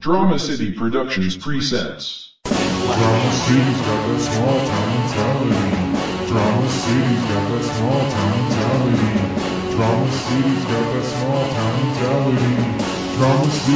Drama City Productions presents. Drama City's got that small town mentality. Drama City's got that small town mentality. Drama City's got that small town mentality.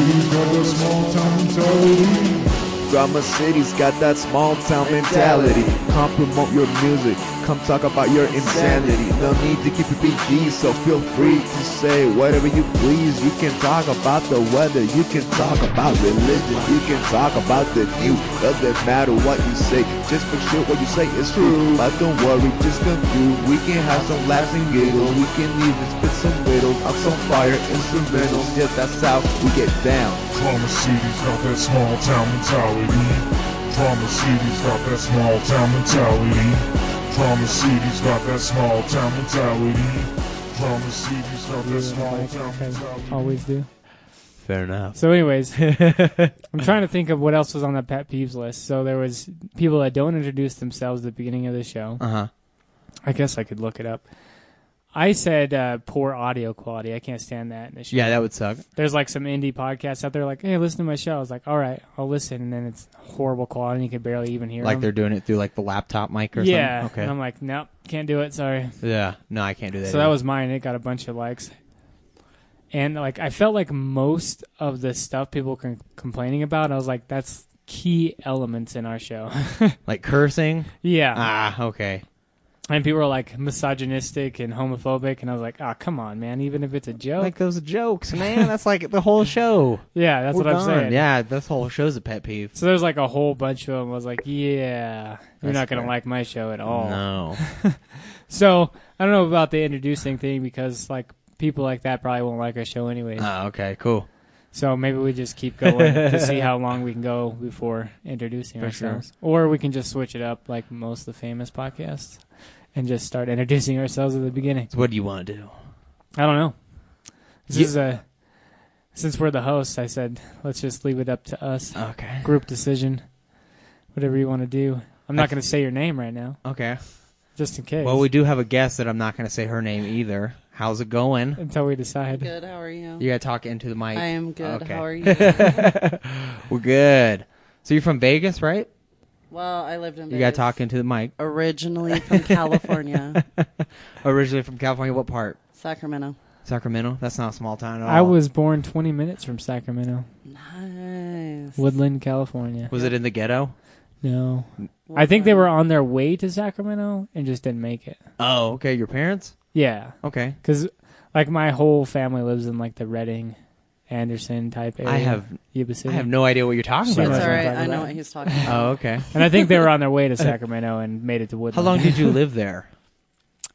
Drama City's got that small town mentality. Drama City's got that small town mentality. Come promote your music, come talk about your insanity. No need to keep it PG, so feel free to say whatever you please. You can talk about the weather, you can talk about religion, you can talk about the news. Doesn't matter what you say, just make sure what you say is true. But don't worry, just conclude. We can have some laughs and giggles, we can even spit some riddles. I'm some fire instrumentals, yes, that's how we get down. Drama City's got that small town mentality. Drama City's got that small town mentality. Drama City's got that small town mentality. Drama City's got that small like town mentality. I always do. Fair enough. So, anyways, I'm trying to think of what else was on that pet peeves list. So there was people that don't introduce themselves at the beginning of the show. Uh huh. I guess I could look it up. I said uh, poor audio quality. I can't stand that in the show. Yeah, that would suck. There's like some indie podcasts out there like, hey, listen to my show. I was like, all right, I'll listen. And then it's horrible quality. and You can barely even hear Like them. they're doing it through like the laptop mic or yeah. something. And I'm Okay. like, nope, can't do it. Sorry. Yeah. No, I can't do that. So that was mine. It got a bunch of likes. And like I felt like most of the stuff people were complaining about, I was like, that's key elements in our show. like cursing. yeah. Ah, okay. And people were like misogynistic and homophobic, and I was like, oh, come on, man. Even if it's a joke, Like those jokes, man. That's like the whole show. yeah, that's We're what I'm done. saying. Yeah, this whole show's a pet peeve. So there's like a whole bunch of them. I was like, yeah, you're That's not gonna fair. like my show at all. No. So I don't know about the introducing thing because like people like that probably won't like our show anyway. Ah, okay. Cool. So maybe we just keep going to see how long we can go before introducing For sure. ourselves. Or we can just switch it up like most of the famous podcasts and just start introducing ourselves at the beginning. So what do you want to do? I don't know. This Ye- is a since we're the hosts, I said let's just leave it up to us. Okay. Group decision. Whatever you want to do. I'm I not going to say your name right now, Okay. just in case. Well, we do have a guest that I'm not going to say her name either. How's it going? until we decide. Good. How are you? You got to talk into the mic. I am good. Okay. How are you? We're good. So you're from Vegas, right? well, I lived in. You got to Vegas. talk into the mic. Originally from California, Originally from California, what part? Sacramento. Sacramento. That's not a small town at all. I was born 20 minutes from Sacramento, Nice. Woodland, California. Was it in the ghetto? No. I think they were on their way to Sacramento and just didn't make it. Oh, okay. Your parents? Yeah, Okay. because like my whole family lives in like the Redding, Anderson type area. I have Yuba City. I have no idea what you're talking Sure. about. It's That's all what I'm right. I talking know about. what he's talking about. Oh, okay. and I think they were on their way to Sacramento and made it to How Woodland. long did you live there?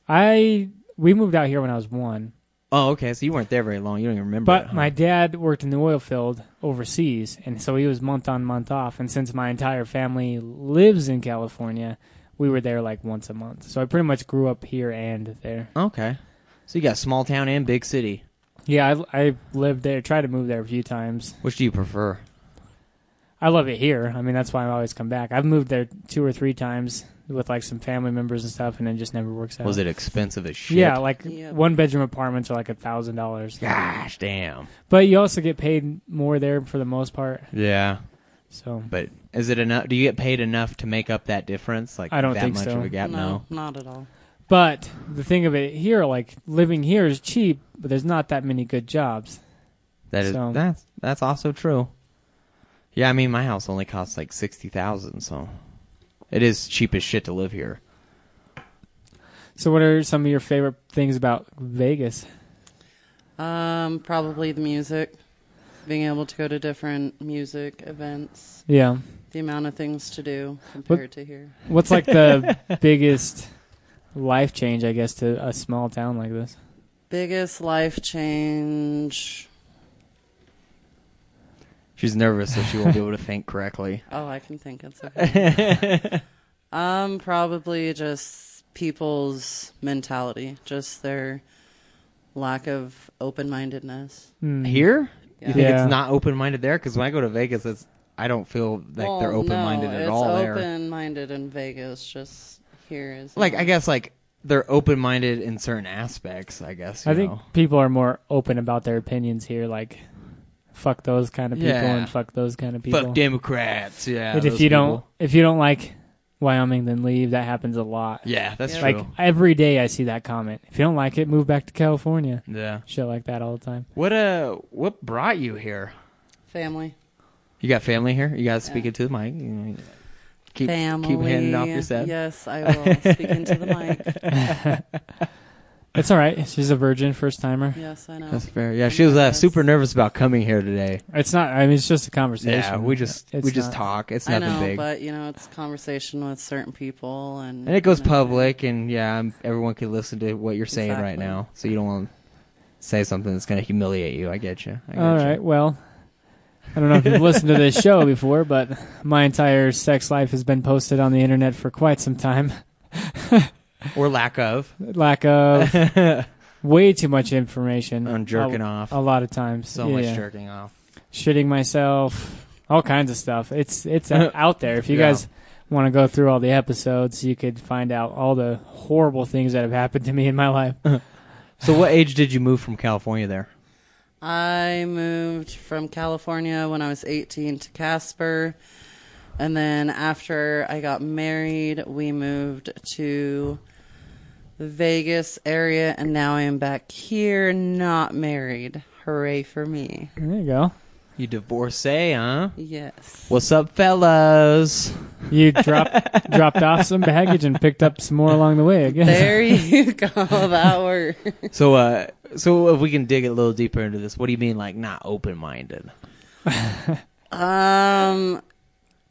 I we moved out here when I was one, Oh, okay. So you weren't there very long. You don't even remember. it, but huh? my dad worked in the oil field overseas, and so he was month on month off. And since my entire family lives in California, we were there like once a month. So I pretty much grew up here and there. okay. So you got small town and big city. Yeah, I, I lived there, tried to move there a few times. Which do you prefer? I love it here. I mean, that's why I always come back. I've moved there two or three times with like some family members and stuff, and it just never works out. Was it expensive as shit? Yeah, like Yeah. one bedroom apartments are like a thousand dollars, Gosh, damn. but you also get paid more there for the most part. Yeah, So but is it enough? Do you get paid enough to make up that difference? Like I don't that think much so. of a gap? No. not at all. But the thing of it here, like living here is cheap, but there's not that many good jobs. That is So- that's that's also true. Yeah, I mean my house only costs like sixty thousand, so it is cheap as shit to live here. So, what are some of your favorite things about Vegas? Um, probably the music. Being able to go to different music events, Yeah, the amount of things to do compared to here. what's like the biggest life change, I guess, to a small town like this? Biggest life change. She's nervous, so she won't be able to think correctly. Oh, I can think it's okay. um, probably just people's mentality, just their lack of open mindedness. Hmm. Here, you think Yeah. it's not open minded there? Because when I go to Vegas, it's I don't feel like they're open minded at all It's there. open minded in Vegas, just here is Like I guess like they're open minded in certain aspects. I guess you I think know. people are more open about their opinions here. Like, fuck those kind of people Yeah. and fuck those kind of people. Fuck Democrats. Yeah. But if those you don't people. if you don't like Wyoming, then leave. That happens a lot. Yeah, that's Yeah. true. like every day I see that comment. If you don't like it, move back to California. yeah. Shit like that all the time. What uh? What brought you here? Family. You got family here? You got to speak into the mic. You know, Keep Family. keep handing off your set. Yes, I will. Speak into the mic. It's all right. She's a virgin, first timer. Yes, I know. That's fair. Yeah, she was uh, Yes. super nervous about coming here today. It's not. I mean, it's just a conversation. Yeah, we just It's we just not- talk. It's I nothing know, big, but you know, it's conversation with certain people, and and it goes you know, public, and yeah, i everyone can listen to what you're saying right Exactly. now. So you don't want to say something that's going to humiliate you. I get you. I get All you. right. Well, I don't know if you've listened to this show before, but my entire sex life has been posted on the internet for quite some time. or lack of Lack of way too much information. on jerking a, off. A lot of times. so yeah. much jerking off. Shitting myself. All kinds of stuff. It's it's out out there. If you Yeah. guys want to go through all the episodes, you could find out all the horrible things that have happened to me in my life. So what age did you move from California there? I moved from California when I was 18 to Casper. And then after I got married, we moved to the Vegas area. And now I am back here, not married. Hooray for me. There you go. You divorcee, huh? Yes. What's up, fellas? You dropped dropped off some baggage and picked up some more along the way. I guess. There you go. That worked. So, uh, so if we can dig a little deeper into this, what do you mean, like not open-minded? Um,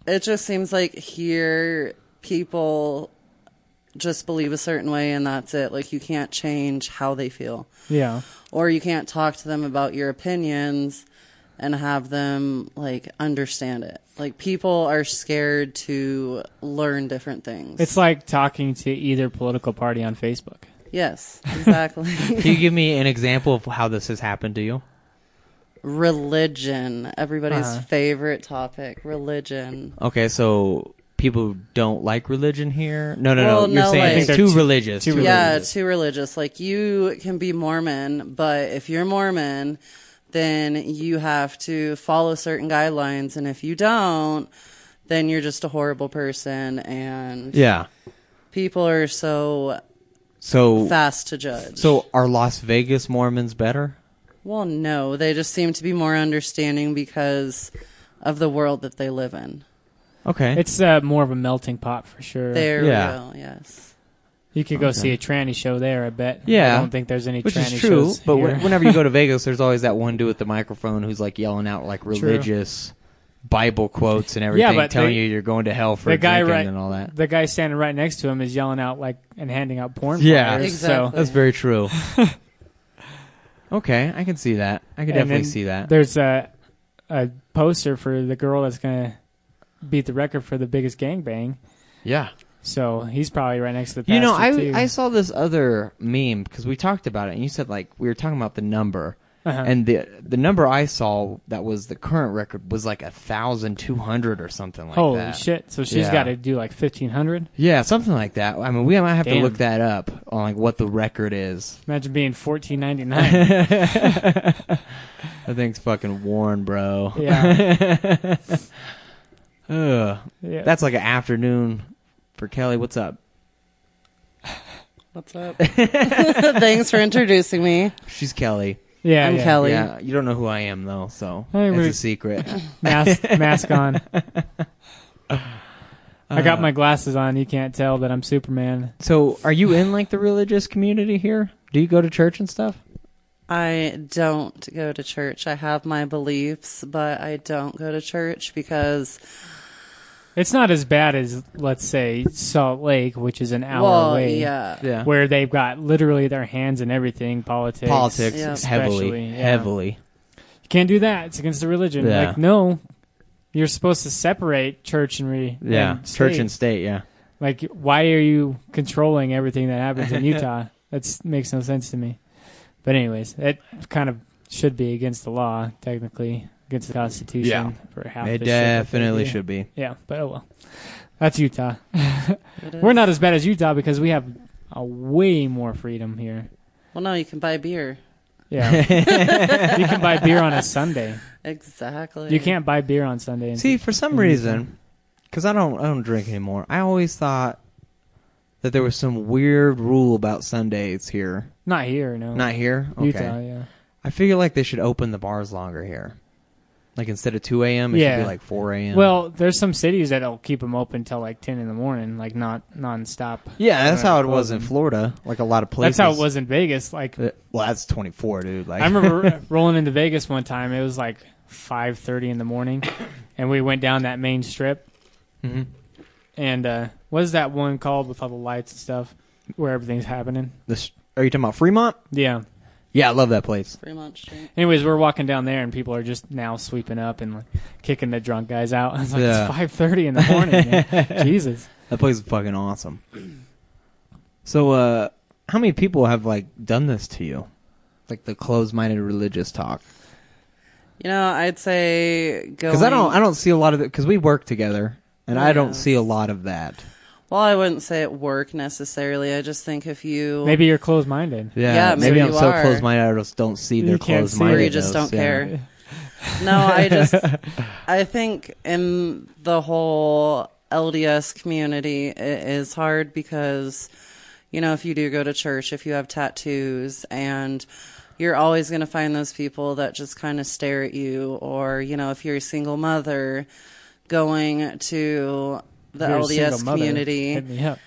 it just seems like here people just believe a certain way and that's it. Like you can't change how they feel, Yeah. or you can't talk to them about your opinions and have them like understand it. Like people are scared to learn different things. It's like talking to either political party on Facebook. yes, exactly. Can you give me an example of how this has happened to you? religion, everybody's Uh-huh. favorite topic, religion. Okay, so people don't like religion here. No, no, Well, no. You're no, like- I saying think it's they're too too- religious. too too- religious. Yeah, too religious. Like you can be Mormon, but if you're Mormon, then you have to follow certain guidelines, and if you don't, then you're just a horrible person. And yeah. people are so So, fast to judge. so are Las Vegas Mormons better? well, no, they just seem to be more understanding because of the world that they live in. Okay. It's uh, more of a melting pot for sure. There Yeah. we go. Yes, You could go see a tranny show there, I bet. Yeah. I don't think there's any which tranny is true, shows. but here. when- whenever you go to Vegas, there's always that one dude with the microphone who's like yelling out like religious Bible quotes and everything, but telling they- you you're going to hell for the guy drinking right and all that. the guy standing right next to him is yelling out like and handing out porn. Yeah. flyers, Exactly. That's very true. okay, I can see that. I can And definitely then see So that. there's a a poster for the girl that's gonna beat the record for the biggest gangbang. Yeah. So he's probably right next to the. You know, pastor, I too. Uh-huh. I saw this other meme because we talked about it, and you said like we were talking about the number, Uh-huh. and the the number I saw that was the current record was like a thousand two hundred or something like holy that. shit! So she's Yeah. got to do like fifteen hundred. Yeah, something like that. I mean, we might have to Damn. look that up on like what the record is. Imagine being fourteen ninety nine. That thing's fucking worn, bro. yeah. Ugh. yeah. That's like an afternoon for Kelly. What's up? what's up? Thanks for introducing me. She's Kelly. yeah. I'm yeah. Kelly. Yeah, you don't know who I am though, so Hey, it's we- a secret. mask mask on. I Uh. got my glasses on. You can't tell that I'm Superman. So, are you in like the religious community here? Do you go to church and stuff? I don't go to church. I have my beliefs, but I don't go to church because It's not as bad as let's say Salt Lake, which is an hour well, away, yeah. Yeah. where they've got literally their hands in everything, politics, Politics Yeah. heavily, Especially, yeah. heavily. You can't do that. It's against the religion. Yeah. Like no, you're supposed to separate church and re- Yeah, and church state. and state. Yeah, like why are you controlling everything that happens in Utah? That makes no sense to me. But anyways, it kind of should be against the law technically, against the Constitution Yeah. for half. it the shit that they definitely do. should be. Yeah, but oh well. That's Utah. It is. We're not as bad as Utah because we have a way more freedom here. Well, no, you can buy beer. Yeah. you can buy beer on a Sunday. Exactly. You can't buy beer on Sunday. in- See, for some reason, because I don't, I don't drink anymore. I always thought that there was some weird rule about Sundays here. Not here, no. Not here. Okay. Utah, yeah. I figure like they should open the bars longer here. Like instead of two a.m., it should Yeah. be like four a.m. Well, there's some cities that'll keep them open till like 10 in the morning, like not nonstop. yeah, that's they're how not it was in closing. Florida. Like a lot of places. That's how it was in Vegas. Like Uh, Well, that's twenty four, dude. Like I remember rolling into Vegas one time. It was like 5:30 in the morning, and we went down that main strip. Mhm. And uh, what is that one called with all the lights and stuff, where everything's happening? This, are you talking about Fremont? Yeah. Yeah, I love that place. Fremont Street. Anyways, we're walking down there, and people are just now sweeping up and like kicking the drunk guys out. I was like, Yeah. it's 5:30 in the morning. man. Jesus. That place is fucking awesome. So, uh, how many people have like done this to you? Like the closed-minded religious talk? You know, I'd say go. Because I don't, I don't see a lot of it. Because we work together, and I don't Yes. see a lot of that. Well, I wouldn't say at work necessarily. I just think if you Maybe you're closed-minded. Yeah, Yeah, maybe maybe I'm you so are. closed-minded I just don't see You their can't see it. closed-minded. or you just don't care. No, I just I think in the whole LDS community it is hard because you know if you do go to church, if you have tattoos and you're always going to find those people that just kind of stare at you or you know if you're a single mother going to the You're a single LDS mother. community Hit me up.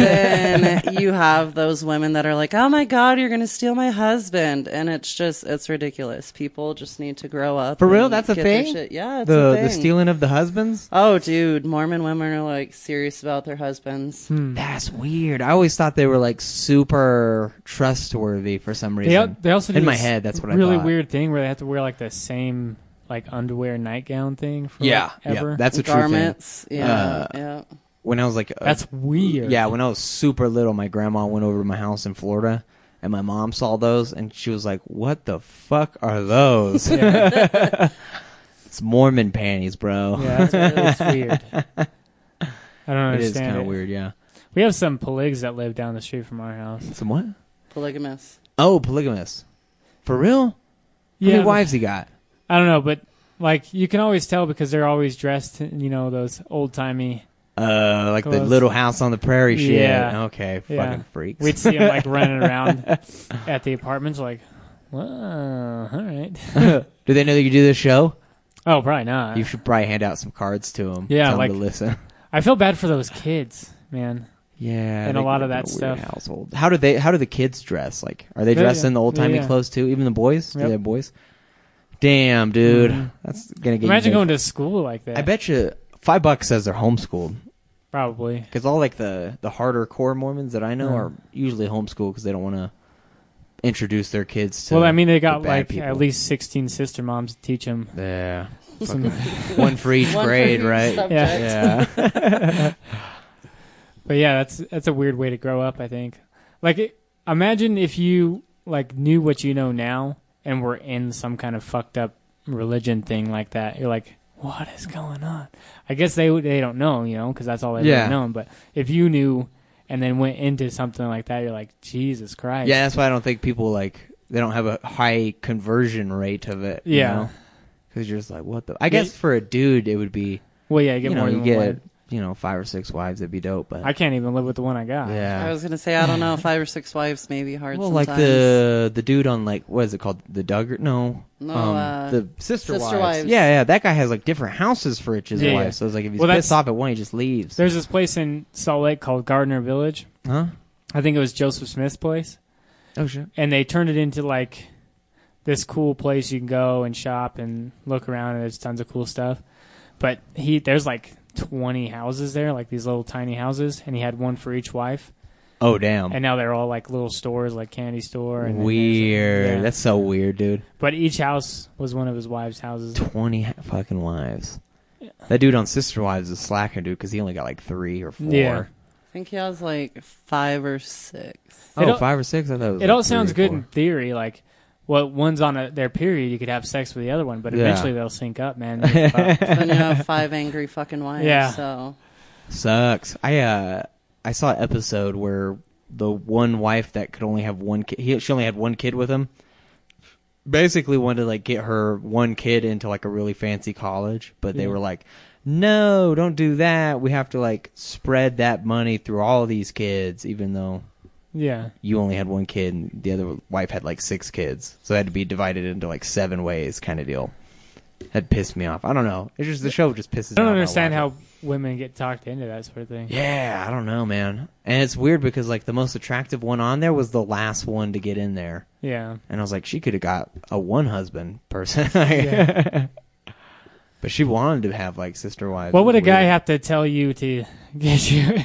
then you have those women that are like, "Oh my God, you're going to steal my husband," and it's just it's ridiculous. People just need to grow up. For real? and That's a get their thing? shit- Yeah, it's The a thing. the stealing of the husbands. Oh, dude, Mormon women are like serious about their husbands. Hmm, Hmm. That's weird. I always thought they were like super trustworthy for some They, al- reason. they also do in my this head, that's what really I thought. weird thing where they have to wear like the same like underwear nightgown thing. For, Yeah, like, ever. yeah, that's a true thing. Garments, yeah, Uh, yeah. When I was like, a- That's weird. Yeah, when I was super little, my grandma went over to my house in Florida, and my mom saw those, and she was like, "What the fuck are those?" Yeah, it's Mormon panties, bro. yeah that's, really weird. I don't it is understand. kind it. of weird. Yeah. We have some poligs that live down the street from our house. Some what? Polygamous. Oh, polygamous. For real? How many wives he got? I don't know, but like you can always tell because they're always dressed, in, you know, those old timey. Uh, like the Close. little house on the prairie shit. Yeah. Okay, Yeah. fucking freaks. We'd see them like running around at the apartments, like, "Whoa, all right." do they know that you do this show? Oh, probably not. You should probably hand out some cards to them. Yeah, tell 'em like- to listen. I feel bad for those kids, man. Yeah, And a they lot grew of up in that a weird stuff. Household. How do they? How do the kids dress? Like, are they Yeah, dressed yeah. in the old timey Yeah, yeah. clothes too? Even the boys? Do Yep. they have boys? Damn, dude, Mhm. that's gonna get. Imagine you going to school like that. I bet you five bucks says they're homeschooled probably. because all like the the harder core Mormons that I know Yeah. are usually homeschooled because they don't want to introduce their kids to. well, I mean, they the got bad like people. at least sixteen sister moms to teach them. yeah, Some, one for each One for grade, each right? subject. Yeah, but yeah, that's that's a weird way to grow up. I think. Like, it, imagine if you like knew what you know now and were in some kind of fucked up religion thing like that. You're like, what is going on? I guess they would- they don't know, you know, because that's all they've Yeah. ever known. But if you knew and then went into something like that, you're like, Jesus Christ. yeah. That's why I don't think people like they don't have a high conversion rate of it. you Yeah. know? Because you're just like, what the? I guess for a dude, it would be Well, yeah, you get you know, more you than get one. you know five or six wives. That'd be dope. But I can't even live with the one I got. yeah, I was gonna say I don't know, five or six wives may be hard. well, sometimes. like the the dude on like what is it called? The Duggar? No, No, um, uh, the sister, Sister wives. Wives. Yeah, yeah. That guy has like different houses for each his Yeah, wife. yeah. So it's like if he's Well, pissed that's- off at one, he just leaves. There's this place in Salt Lake called Gardner Village. Huh? I think it was Joseph Smith's place. Oh shit. and they turned it into like this cool place you can go and shop and look around and there's tons of cool stuff but he there's like 20 houses there like these little tiny houses and he had one for each wife Oh damn. and now they're all like little stores like candy store and then there's, like, weird. yeah. That's so weird, dude. but each house was one of his wife's houses Twenty ha- fucking wives. That dude on Sister Wives is slacking, dude, because he only got like three or four. Yeah. I think he has like five or six. Oh, It all- five or six. I thought it was. it like all sounds three or good in theory like well, one's on a, their period. You could have sex with the other one, but Yeah. eventually they'll sync up, man. You're fucked. then you have five angry fucking wives. Yeah. So Sucks. I uh I saw an episode where the one wife that could only have one kid, he, she only had one kid with him, basically wanted to like get her one kid into like a really fancy college, but they Yeah. were like, "No, don't do that. We have to like spread that money through all these kids, even though Yeah. you only had one kid and the other wife had like six kids, so it had to be divided into like seven ways, kind of deal." That pissed me off. I don't know. It's just the show just pisses. I don't me off when understand watch it. how women get talked into that sort of thing. Yeah, I don't know, man. And it's weird because like the most attractive one on there was the last one to get in there, Yeah. and I was like, she could have got a one husband person. But she wanted to have like sister wives. What would a It's guy weird. have to tell you to get you?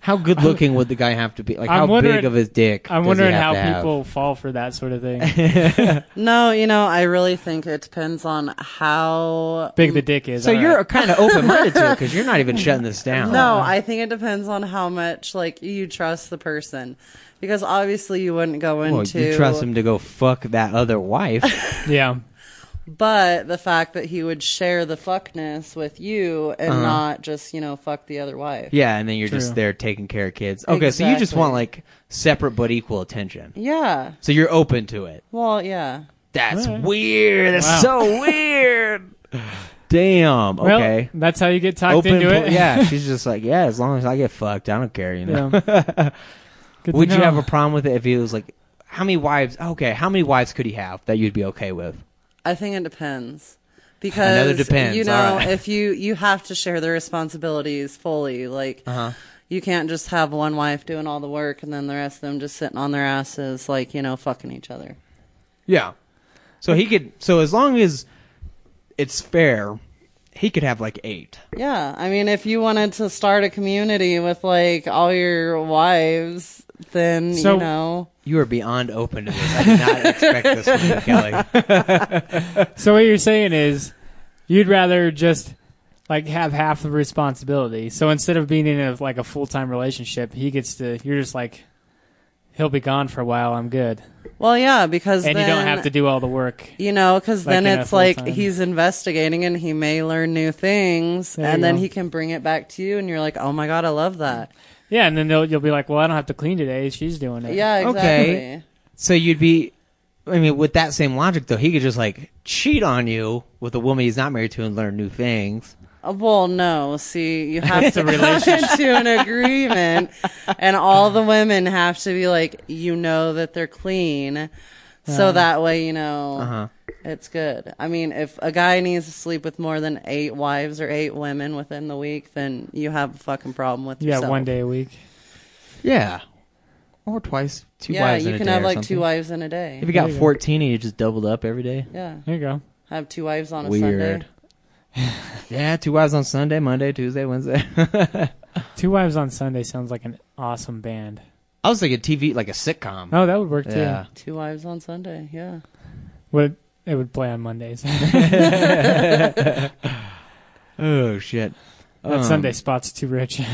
How good looking would the guy have to be? Like I'm how wondering- big of his dick? I'm does he wondering have how to have? people fall for that sort of thing. No, you know, I really think it depends on how. Big the dick is. So all you're right. kind of open minded to it because you're not even shutting this down. No, I think it depends on how much like you trust the person, because obviously you wouldn't go Well, into. you trust him to go fuck that other wife. yeah. But the fact that he would share the fuckness with you and not just, you know, fuck the other Uh-huh. wife. yeah, and then you're True. just there taking care of kids. Okay, so you just Exactly. want like separate but equal attention. Yeah. So you're open to it. Well, yeah. That's Alright. weird. That's Wow. so weird. Damn. Well, Okay. that's how you get talked Open. into po- it. yeah. She's just like, yeah. As long as I get fucked, I don't care. You know. Yeah. Good to Would you know. have a problem with it if he was like, how many wives? Okay, how many wives could he have that you'd be okay with? I think it depends. Because Another depends, you know, all right. if you you have to share the responsibilities fully, like Uh-huh. you can't just have one wife doing all the work and then the rest of them just sitting on their asses like, you know, fucking each other. Yeah. So he could. So as long as it's fair, he could have like eight. Yeah. I mean, if you wanted to start a community with like all your wives, then So- you know, You are beyond open to this. I did not expect this from you, Kelly. So what you're saying is, you'd rather just like have half the responsibility. So instead of being in a, like a full time relationship, he gets to. You're just like, he'll be gone for a while. I'm good, well, yeah, because and you don't then- have to do all the work. You know, because Like then in a it's like full-time. he's investigating and he may learn new things There you and then go. he can bring it back to you and you're like, oh my God, I love that. Yeah, and then they'll, you'll be like, well, I don't have to clean today. She's doing it. Yeah, exactly. Okay. So you'd be. I mean, with that same logic, though, he could just like cheat on you with a woman he's not married to and learn new things. Uh, Well, no. See, you have to come into an agreement, and all the women have to be like, you know, that they're clean, Uh-huh. so that way you know it's good. I mean, if a guy needs to sleep with more than eight wives or eight women within the week, then you have a fucking problem with Yeah, yourself. one day a week. Yeah. Or twice, two Yeah, wives. in you a can day have or like something. two wives in a day. If you got There you go. fourteen, and you just doubled up every day. Yeah, There you go. have two wives on a Weird. Sunday. yeah, two wives on Sunday, Monday, Tuesday, Wednesday. Two Wives on Sunday sounds like an awesome band. I was thinking TV, like a sitcom. Oh, that would work too. yeah. Two wives on Sunday. Yeah. Would it would play on Mondays? Oh shit. that Um, Sunday spot's too rich.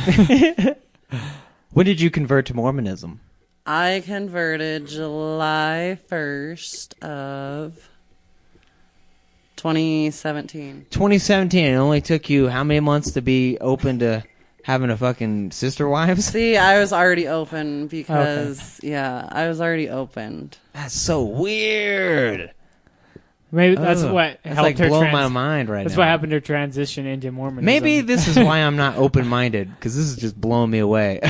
When did you convert to Mormonism? I converted July 1st of 2017. 2017. It only took you how many months to be open to having a fucking sister wives? See, I was already open because yeah, I was already opened. That's so weird. Maybe that's Ugh. what Oh. That's helped like her. blowing Trans- my mind right that's now. what happened to her transition into Mormonism. Maybe this is why I'm not open minded because this is just blowing me away.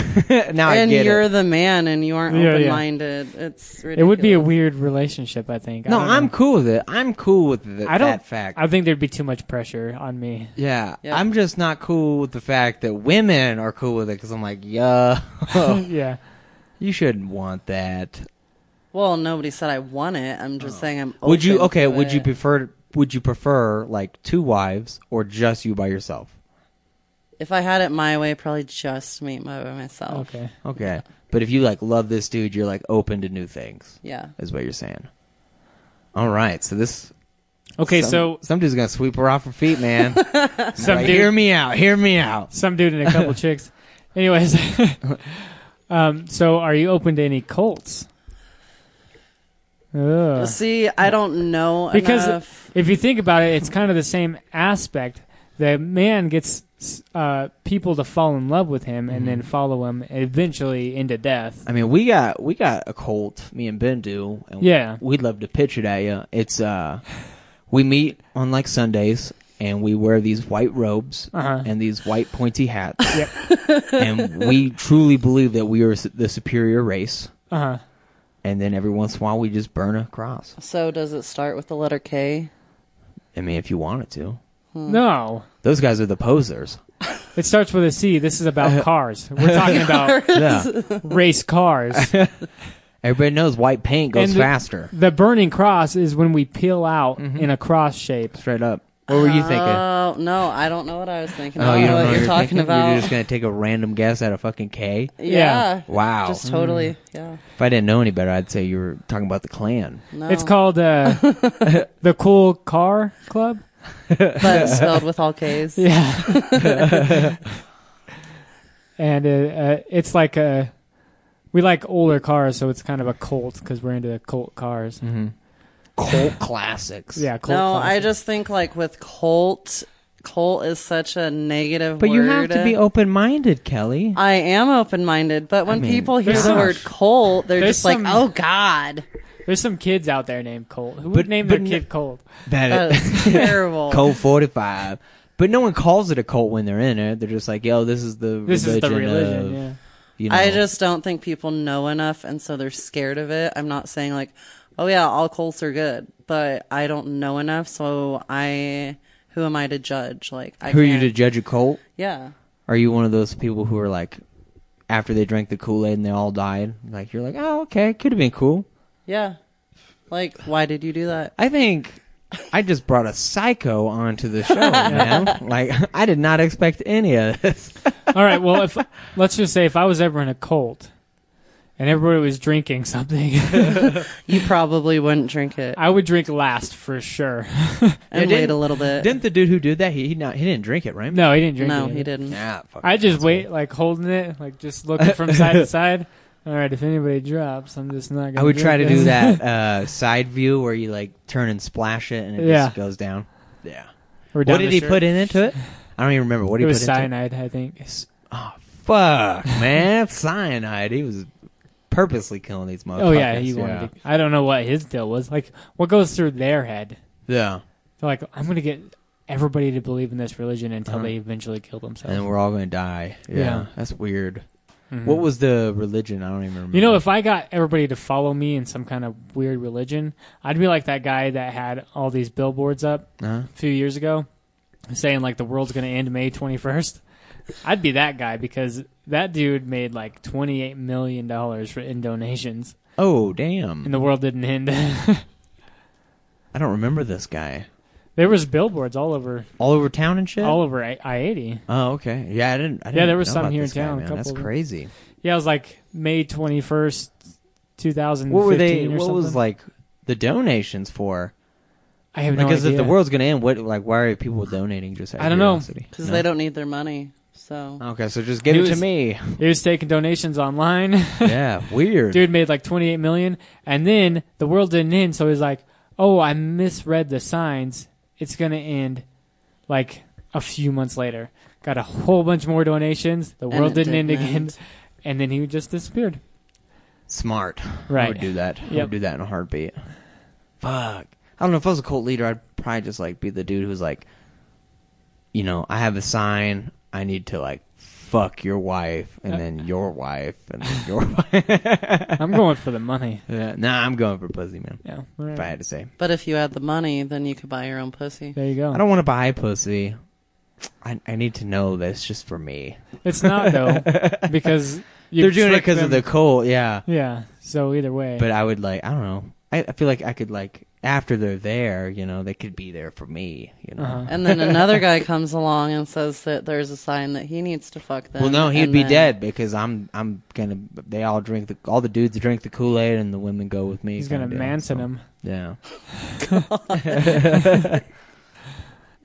now I and get you're it. the man and you aren't Yeah, yeah. open-minded. It's ridiculous. It would be a weird relationship, I think. No, I don't I'm know. cool with it. I'm cool with the, I don't. that fact. I think there'd be too much pressure on me. Yeah, Yeah. I'm just not cool with the fact that women are cool with it because I'm like, yo, Oh. yeah. you shouldn't want that. Well, nobody said I want it. I'm just saying I'm open. Oh. would you? Okay, to would you it. prefer? Would you prefer like two wives or just you by yourself? If I had it my way, probably just me my- by myself. Okay. Okay, but if you like love this dude, you're like open to new things. Yeah. Is what you're saying. All right, so this. Okay. some- so some dude's gonna sweep her off her feet, man. some Like, dude, hear me out. Hear me out. some dude, and a couple chicks. Anyways. um. So, are you open to any cults? Ugh. See, I don't know Uh, Because enough. if you think about it, it's kind of the same aspect. the man gets uh, people to fall in love with him and then follow him eventually into death. I mean, we got we got a cult. Me and Ben do. And Yeah. we'd love to pitch it at you. It's uh, we meet on like Sundays, and we wear these white robes Uh-huh. and these white pointy hats, and we truly believe that we are su- the superior race. Uh huh. And then every once in a while, we just burn a cross. So does it start with the letter K? I mean, if you wanted to, Mm. No. those guys are the posers. It starts with a C. This is about cars. We're talking about Yeah, race cars. everybody knows white paint goes And the- faster. The burning cross is when we peel out in a cross shape. Straight up. What were you thinking? Oh no, I don't know what I was thinking. Oh, I you don't don't know know what you're talking thinking? You're about. just gonna take a random guess at a fucking K. Yeah. Wow. Just Mm. totally. Yeah. If I didn't know any better, I'd say you were talking about the Klan. No. It's called uh, the Cool Car Club. but spelled with all K's. Yeah. and uh, uh, it's like a. We like older cars, so it's kind of a cult because we're into cult cars. Cult classics. Yeah, cult. No, cars. I just think like with cult, cult is such a negative But word. you have to be open minded, Kelly. I am open minded, but when mean, people hear there's the some- word cult, they're there's just some- like, oh God. There's some kids out there named Colt. Who But- would name but their n- kid Colt? That That is is terrible. Cult 45. But no one calls it a cult when they're in it. They're just like, yo, this is the This religion. is the religion. of, yeah. you know, I just don't think people know enough, and so they're scared of it. I'm not saying like, oh yeah, all cults are good, but I don't know enough, so I, who am I to judge? Like, I Who are you can't- to judge a cult? Yeah. Are you one of those people who are like, after they drank the Kool Aid and they all died? Like, you're like, oh, okay, could have been cool. Yeah. Like, why did you do that? I think I just brought a psycho onto the show, man. Like, I did not expect any of this. All right. Well, if let's just say if I was ever in a cult and everybody was drinking something, You probably wouldn't drink it I would drink last for sure. and Yeah, wait a didn't- little bit. Didn't the dude who did that? He he, not, he didn't drink it, right? No, he didn't drink. no, it. he didn't. Nah, fuck I just asshole. wait, like holding it, like just looking from side to side. All right, if anybody drops, I'm just not. gonna I would try to drink do this. that uh, side view where you like turn and splash it, and it Yeah. just goes down. Yeah. We're What down did the he shirt. put in into it? I don't even remember. What It did he was put cyanide, I think. into it? Oh, fuck, man, cyanide. He was purposely killing these motherfuckers. Oh yeah, he wanted. Yeah. To, I don't know what his deal was. Like, what goes through their head? yeah. They're like, I'm gonna get everybody to believe in this religion until Uh-huh. they eventually kill themselves. and we're all gonna die. Yeah, Yeah. that's weird. Mhm. What was the religion? I don't even remember. You know, if I got everybody to follow me in some kind of weird religion, I'd be like that guy that had all these billboards up Huh? a few years ago saying like the world's going to end May 21st. I'd be that guy because that dude made like 28 million dollars for in donations oh damn, and the world didn't end. I don't remember this guy. there was billboards all over All over town and shit. all over I- I-80. oh okay, yeah, I didn't. I didn't there was know some about here in this guy, town, a man. couple That's of them. crazy. Yeah, it was like May 21st 2015 What were they? What or something. was like the donations for? I have no Because idea. if the world's gonna end, what like why are people donating? Just out of I don't know. curiosity? Because No? Uh. they don't need their money. So Okay, so just give He it to was- me. He was taking donations online. yeah, weird. dude made like 28 million and then the world didn't end so he's like oh i misread the signs it's gonna end like a few months later got a whole bunch more donations the And world it didn't, end didn't again end. and then he just disappeared Smart. I would Right. do that. I Yep. would do that in a heartbeat. Fuck. I don't know if I was a cult leader, I'd probably just like be the dude who's like, you know, I have a sign. I need to like fuck your wife Uh. and then your wife and then your wife. i'm going for the money Yeah, nah, I'm going for pussy, man. yeah all right. If I had to say, But if you had the money, then you could buy your own pussy. there you go I don't want to buy pussy. I, I need to know that it's just for me. it's not though because you They're doing it tricked because of the them. cult, yeah. yeah so either way But I would like, I don't know. I, I feel like I could like after they're there, you know, they could be there for me, you know. Uh-huh. And then another guy comes along and says that there's a sign that he needs to fuck them. Well, no, he'd and be then- dead because I'm I'm gonna. They all drink the all the dudes drink the Kool Aid and the women go with me. he's gonna kinda deal, manson so, him Yeah,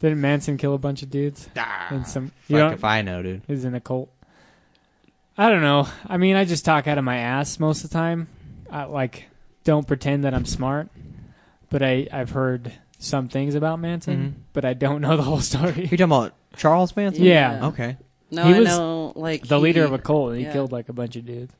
didn't manson kill a bunch of dudes and some you Ah, fuck don't, if I know, dude. is in a cult. I don't know. I mean, I just talk out of my ass most of the time. I like don't pretend that I'm smart, but I I've heard some things about Manson, Mhm. but I don't know the whole You're story. talking about Charles Manson? Yeah. Okay. No, He I was know, like The he- leader of a cult. He yeah. killed like a bunch of dudes.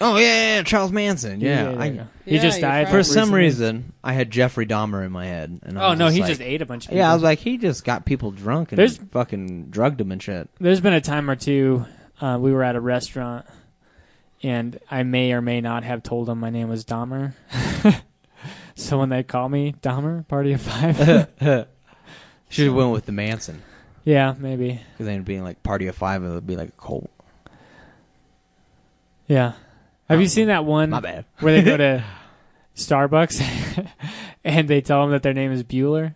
Oh yeah, yeah, Charles Manson. Yeah. I, he Yeah, just you're died right. for some recently. reason, I had Jeffrey Dahmer in my head. And I Oh was no, he like- just ate a bunch of people. Yeah, I was like, he just got people drunk and There's- fucking drugged them and shit. There's been a time or two uh, we were at a restaurant, and I may or may not have told them my name was Dahmer. so when they call me Dahmer, party of five. Should have went with the Manson yeah, maybe. because then it'd be like Party of Five, and it'd be like a cult. Yeah. Have you seen that one My bad. where they go to Starbucks and they tell him that their name is Bueller?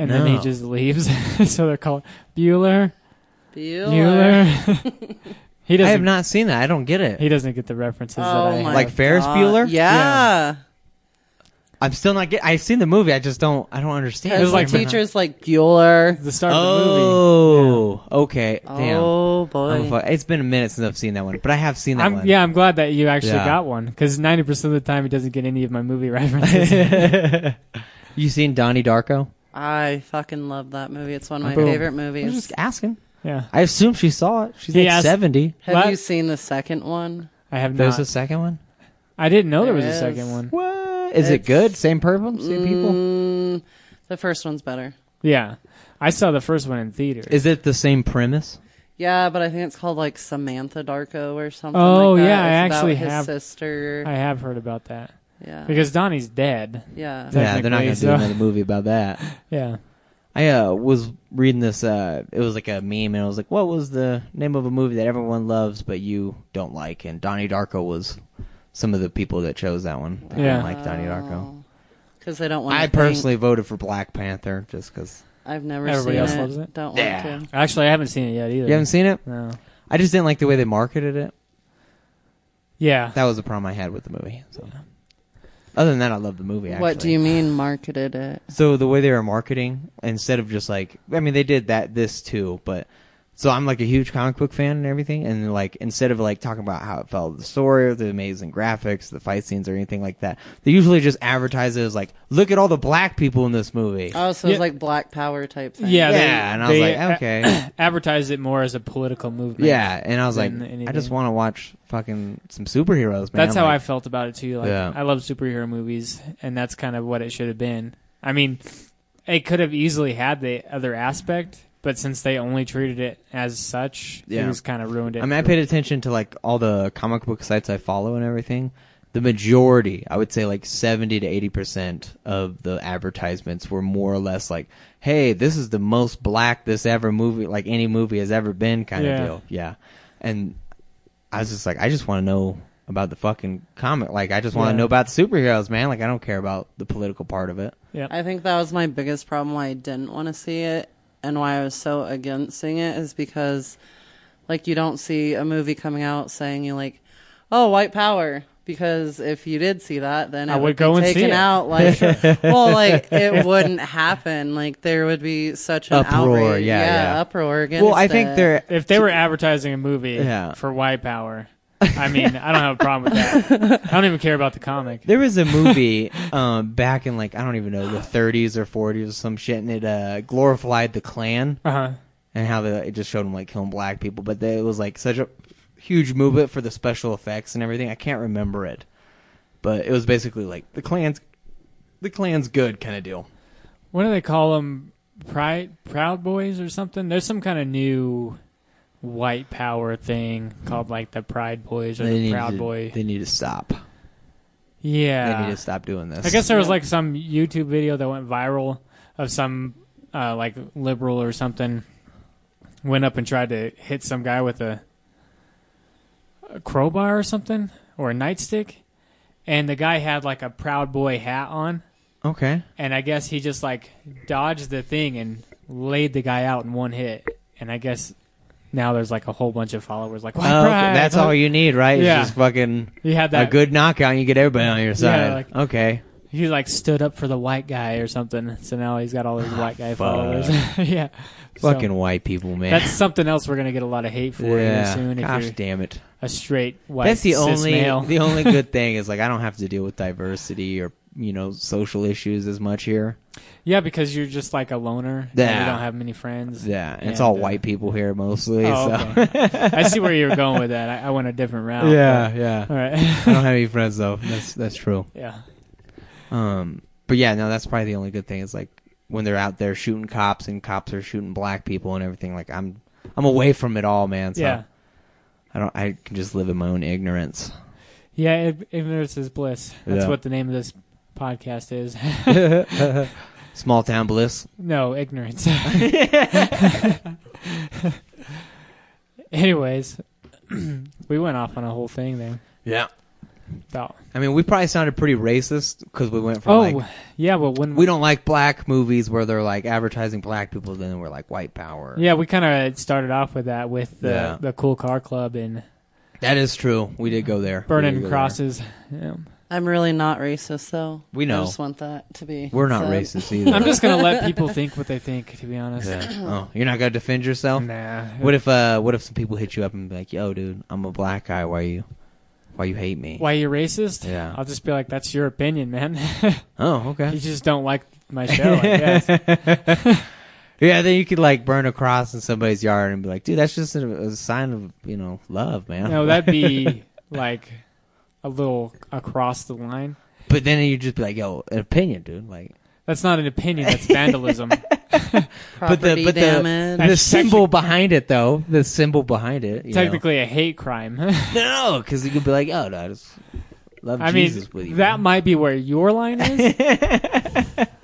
And then he No. just leaves. so they're called Bueller. Bueller. Bueller. he I doesn't have not seen that. I don't get it. he doesn't get the references that I Oh my Like Ferris God. Bueller? Yeah. I'm still not get. I've seen the movie. I just don't. I don't Has understand. It's like like- teachers like Bueller. the start of the movie. Oh, okay. Damn. Oh I'm a boy. fuck- it's been a minute since I've seen that one, but I have seen that I'm, one. Yeah, I'm glad that you actually Yeah. got one because 90% of the time he doesn't get any of my movie references. You seen Donnie Darko? I fucking love that movie. It's one of my Boom. favorite I was movies. just asking. yeah, I assume she saw it. She's He like asked- 70. Have What? you seen the second one? I have There's not. a second one. I didn't know there was There a is. second one. What? Is it good? Same purple? Same people? Mm, the first one's better. Yeah, I saw the first one in theater. Is it the same premise? Yeah, but I think it's called like Samantha Darko or something. Oh, like that. yeah, I It's about actually his have- sister. I have heard about that Oh. yeah, because Donnie's dead. yeah. Yeah, they're not going to do Technically, so- another movie about that. Yeah, I uh, was reading this. Uh, it was like a meme, and I was like, "What was the name of a movie that everyone loves but you don't like?" And Donnie Darko was some of the people that chose that one. They Yeah. didn't like Donnie Darko. Because they don't want. I to personally voted for Black Panther just because think. I've never Everybody seen else it. loves it? Don't Yeah. want to. actually, I haven't seen it yet either. you haven't seen it. No. I just didn't like the way they marketed it. Yeah, That was the problem I had with the movie. So, other than that, I love the movie. Actually. What do you mean marketed it? So the way they were marketing, instead of just like, I mean, they did that this too, but so I'm like a huge comic book fan and everything, and like instead of like talking about how it felt, the story, the amazing graphics, the fight scenes, or anything like that, they usually just advertise it as like, look at all the black people in this movie. Oh, so it's Yeah. like Black Power type thing. yeah, they- Yeah, and I was they like, okay. advertised it more as a political movement. yeah, and I was like, Than anything. I just want to watch fucking some superheroes, man. That's how I Like, felt about it too. Like Yeah. I love superhero movies, and that's kind of what it should have been. I mean, it could have easily had the other aspect, but since they only treated it as such, it Yeah. was kind of ruined it. I mean, I paid attention to like all the comic book sites I follow and everything. The majority, I would say, like seventy to eighty percent of the advertisements were more or less like, "Hey, this is the most black this ever movie, like any movie has ever been," kind Yeah. of deal. Yeah, and I was just like, I just want to know about the fucking comic. Like, I just want to Yeah. know about superheroes, man. Like, I don't care about the political part of it. yeah, I think that was my biggest problem why I didn't want to see it and why I was so against seeing it is because like you don't see a movie coming out saying you like, oh, white power. Because if you did see that, then it I would would, go be and see taken it. out. Like, well, like it wouldn't happen. Like there would be such an Uproar, outrage, yeah, yeah. uproar against. Well, I think it. they're if they were advertising a movie Yeah. for white power, I mean, I don't have a problem with that. I don't even care about the comic. There was a movie um, back in like I don't even know the 30s or 40s or some shit, and it uh, glorified the Klan Uh huh. and how they, it just showed them like killing black people. But they, it was like such a huge movement for the special effects and everything. I can't remember it, but it was basically like the Klan's the Klan's good kind of deal. What do they call them? Pride, Proud Boys, or something? There's some kind of new white power thing called like the Pride Boys or the Proud to, Boy. They need to stop. yeah, They need to stop doing this. I guess there was like some YouTube video that went viral of some uh, like liberal or something went up and tried to hit some guy with a, a crowbar or something or a nightstick, and the guy had like a proud boy hat on, okay. and I guess he just like dodged the thing and laid the guy out in one hit, and I guess now there's like a whole bunch of followers like, Oh, okay. That's all you need, right? Yeah. It's just fucking He had that a good knockout, and you get everybody on your side. like- okay. He like stood up for the white guy or something, so now he's got all these white guy followers. yeah, So, Ah, Fucking white people, man. that's something else we're gonna get a lot of hate for here soon. If Gosh you're damn it. a straight white, That's the cis only male. the only good thing is like I don't have to deal with diversity or you know social issues as much here. Yeah, because you're just like a loner. And Yeah. you don't have many friends. Yeah, and it's And, all uh, white people here mostly. Oh, so okay. I see where you're going with that. I, I went a different route. yeah, yeah. but- All right. I don't have any friends though. That's that's true. yeah. Um, but yeah, no, that's probably the only good thing is like when they're out there shooting cops and cops are shooting black people and everything. Like I'm, I'm away from it all, man. So Yeah. I don't. I can just live in my own ignorance. Yeah. ig- Ignorance is bliss. That's Yeah. what the name of this podcast is. Small town bliss. no, ignorance. Anyways, we went off on a whole thing there. Yeah. About I mean, we probably sounded pretty racist because we went from oh like yeah, but when we don't like black movies where they're like advertising black people, then we're like white power. yeah we kind of started off with that with the Yeah. the cool car club and that is true. We did go there. We did burning go crosses. Yeah. I'm really not racist, though. We know. I just want that to be. there. We're not said. racist either. I'm just gonna let people think what they think. To be honest, Yeah. Oh, you're not gonna defend yourself. nah. What if uh what if some people hit you up and be like, "Yo, dude, I'm a black guy. Why you why you hate me?" Why you racist? Yeah. I'll just be like, that's your opinion, man. Oh, you okay. just don't like my show. I guess. Yeah, then you could like burn a cross in somebody's yard and be like, "Dude, that's just a, a sign of, you know, love, man." no, that'd be like a little across the line. But then you just be like, "Yo, an opinion, dude." Like That's not an opinion. That's vandalism. But the- Property but the- damage. the That's symbol behind it though, the symbol behind it. You Technically, a hate crime. know? no, because you could be like, "Yo, no, I just love I mean, Jesus with you." that man." might be where your line is.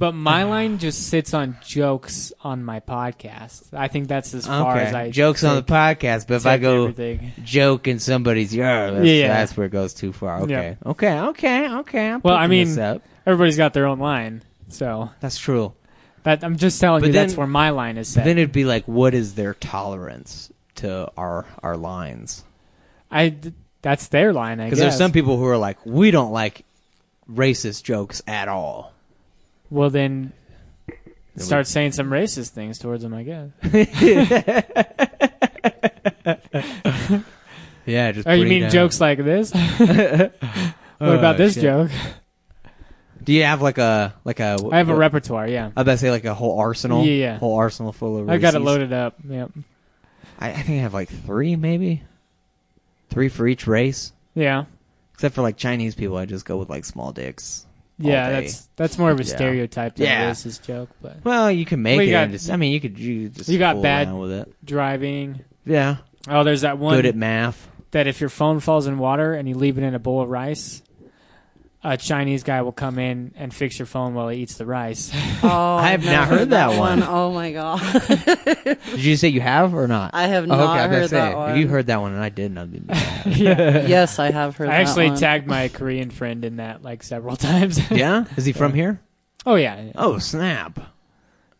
But my line just sits on jokes on my podcast. I think that's as far okay. as I jokes on the take- podcast, but if I take go everything. joke in somebody's yard. That's, Yeah. that's where it goes too far. Okay, Yeah. okay, okay, okay. I'm Well, I picking this mean- up. everybody's got their own line, so that's true. That I'm just telling But you, then- that's where my line is But set. then it'd be like, what is their tolerance to our our lines? I d- that's their line. I guess Because there's some people who are like, we don't like racist jokes at all. Well, then start saying some racist things towards them. I guess. Yeah, just. Oh, you bring mean down- jokes like this? what about Oh, this shit. joke? Do you have like a like a? I have a repertoire. Yeah, I about to say like a whole arsenal. Yeah, yeah. Whole arsenal full of. I got it Reese's? loaded up. Yep. I, I think I have like three, maybe three for each race, Yeah. except for like Chinese people. I just go with like small dicks. all Yeah, day. that's that's more of a Yeah. stereotype than Yeah. a racist joke. But Well, you can make Well, you it. got- and just- I mean, you could you just You got fool bad- around with it. driving. Yeah, Oh, there's that one good at math. that if your phone falls in water and you leave it in a bowl of rice, a Chinese guy will come in and fix your phone while he eats the rice. Oh, I have I've not never heard that one. Oh my god, Did you say you have or not? I have Oh, not I was gonna heard that If you one. heard that one and I didn't, I'd be mad. yeah. yes, I have heard. I that actually one. tagged my Korean friend in that like several times. yeah. Is he from here? oh yeah, Oh snap!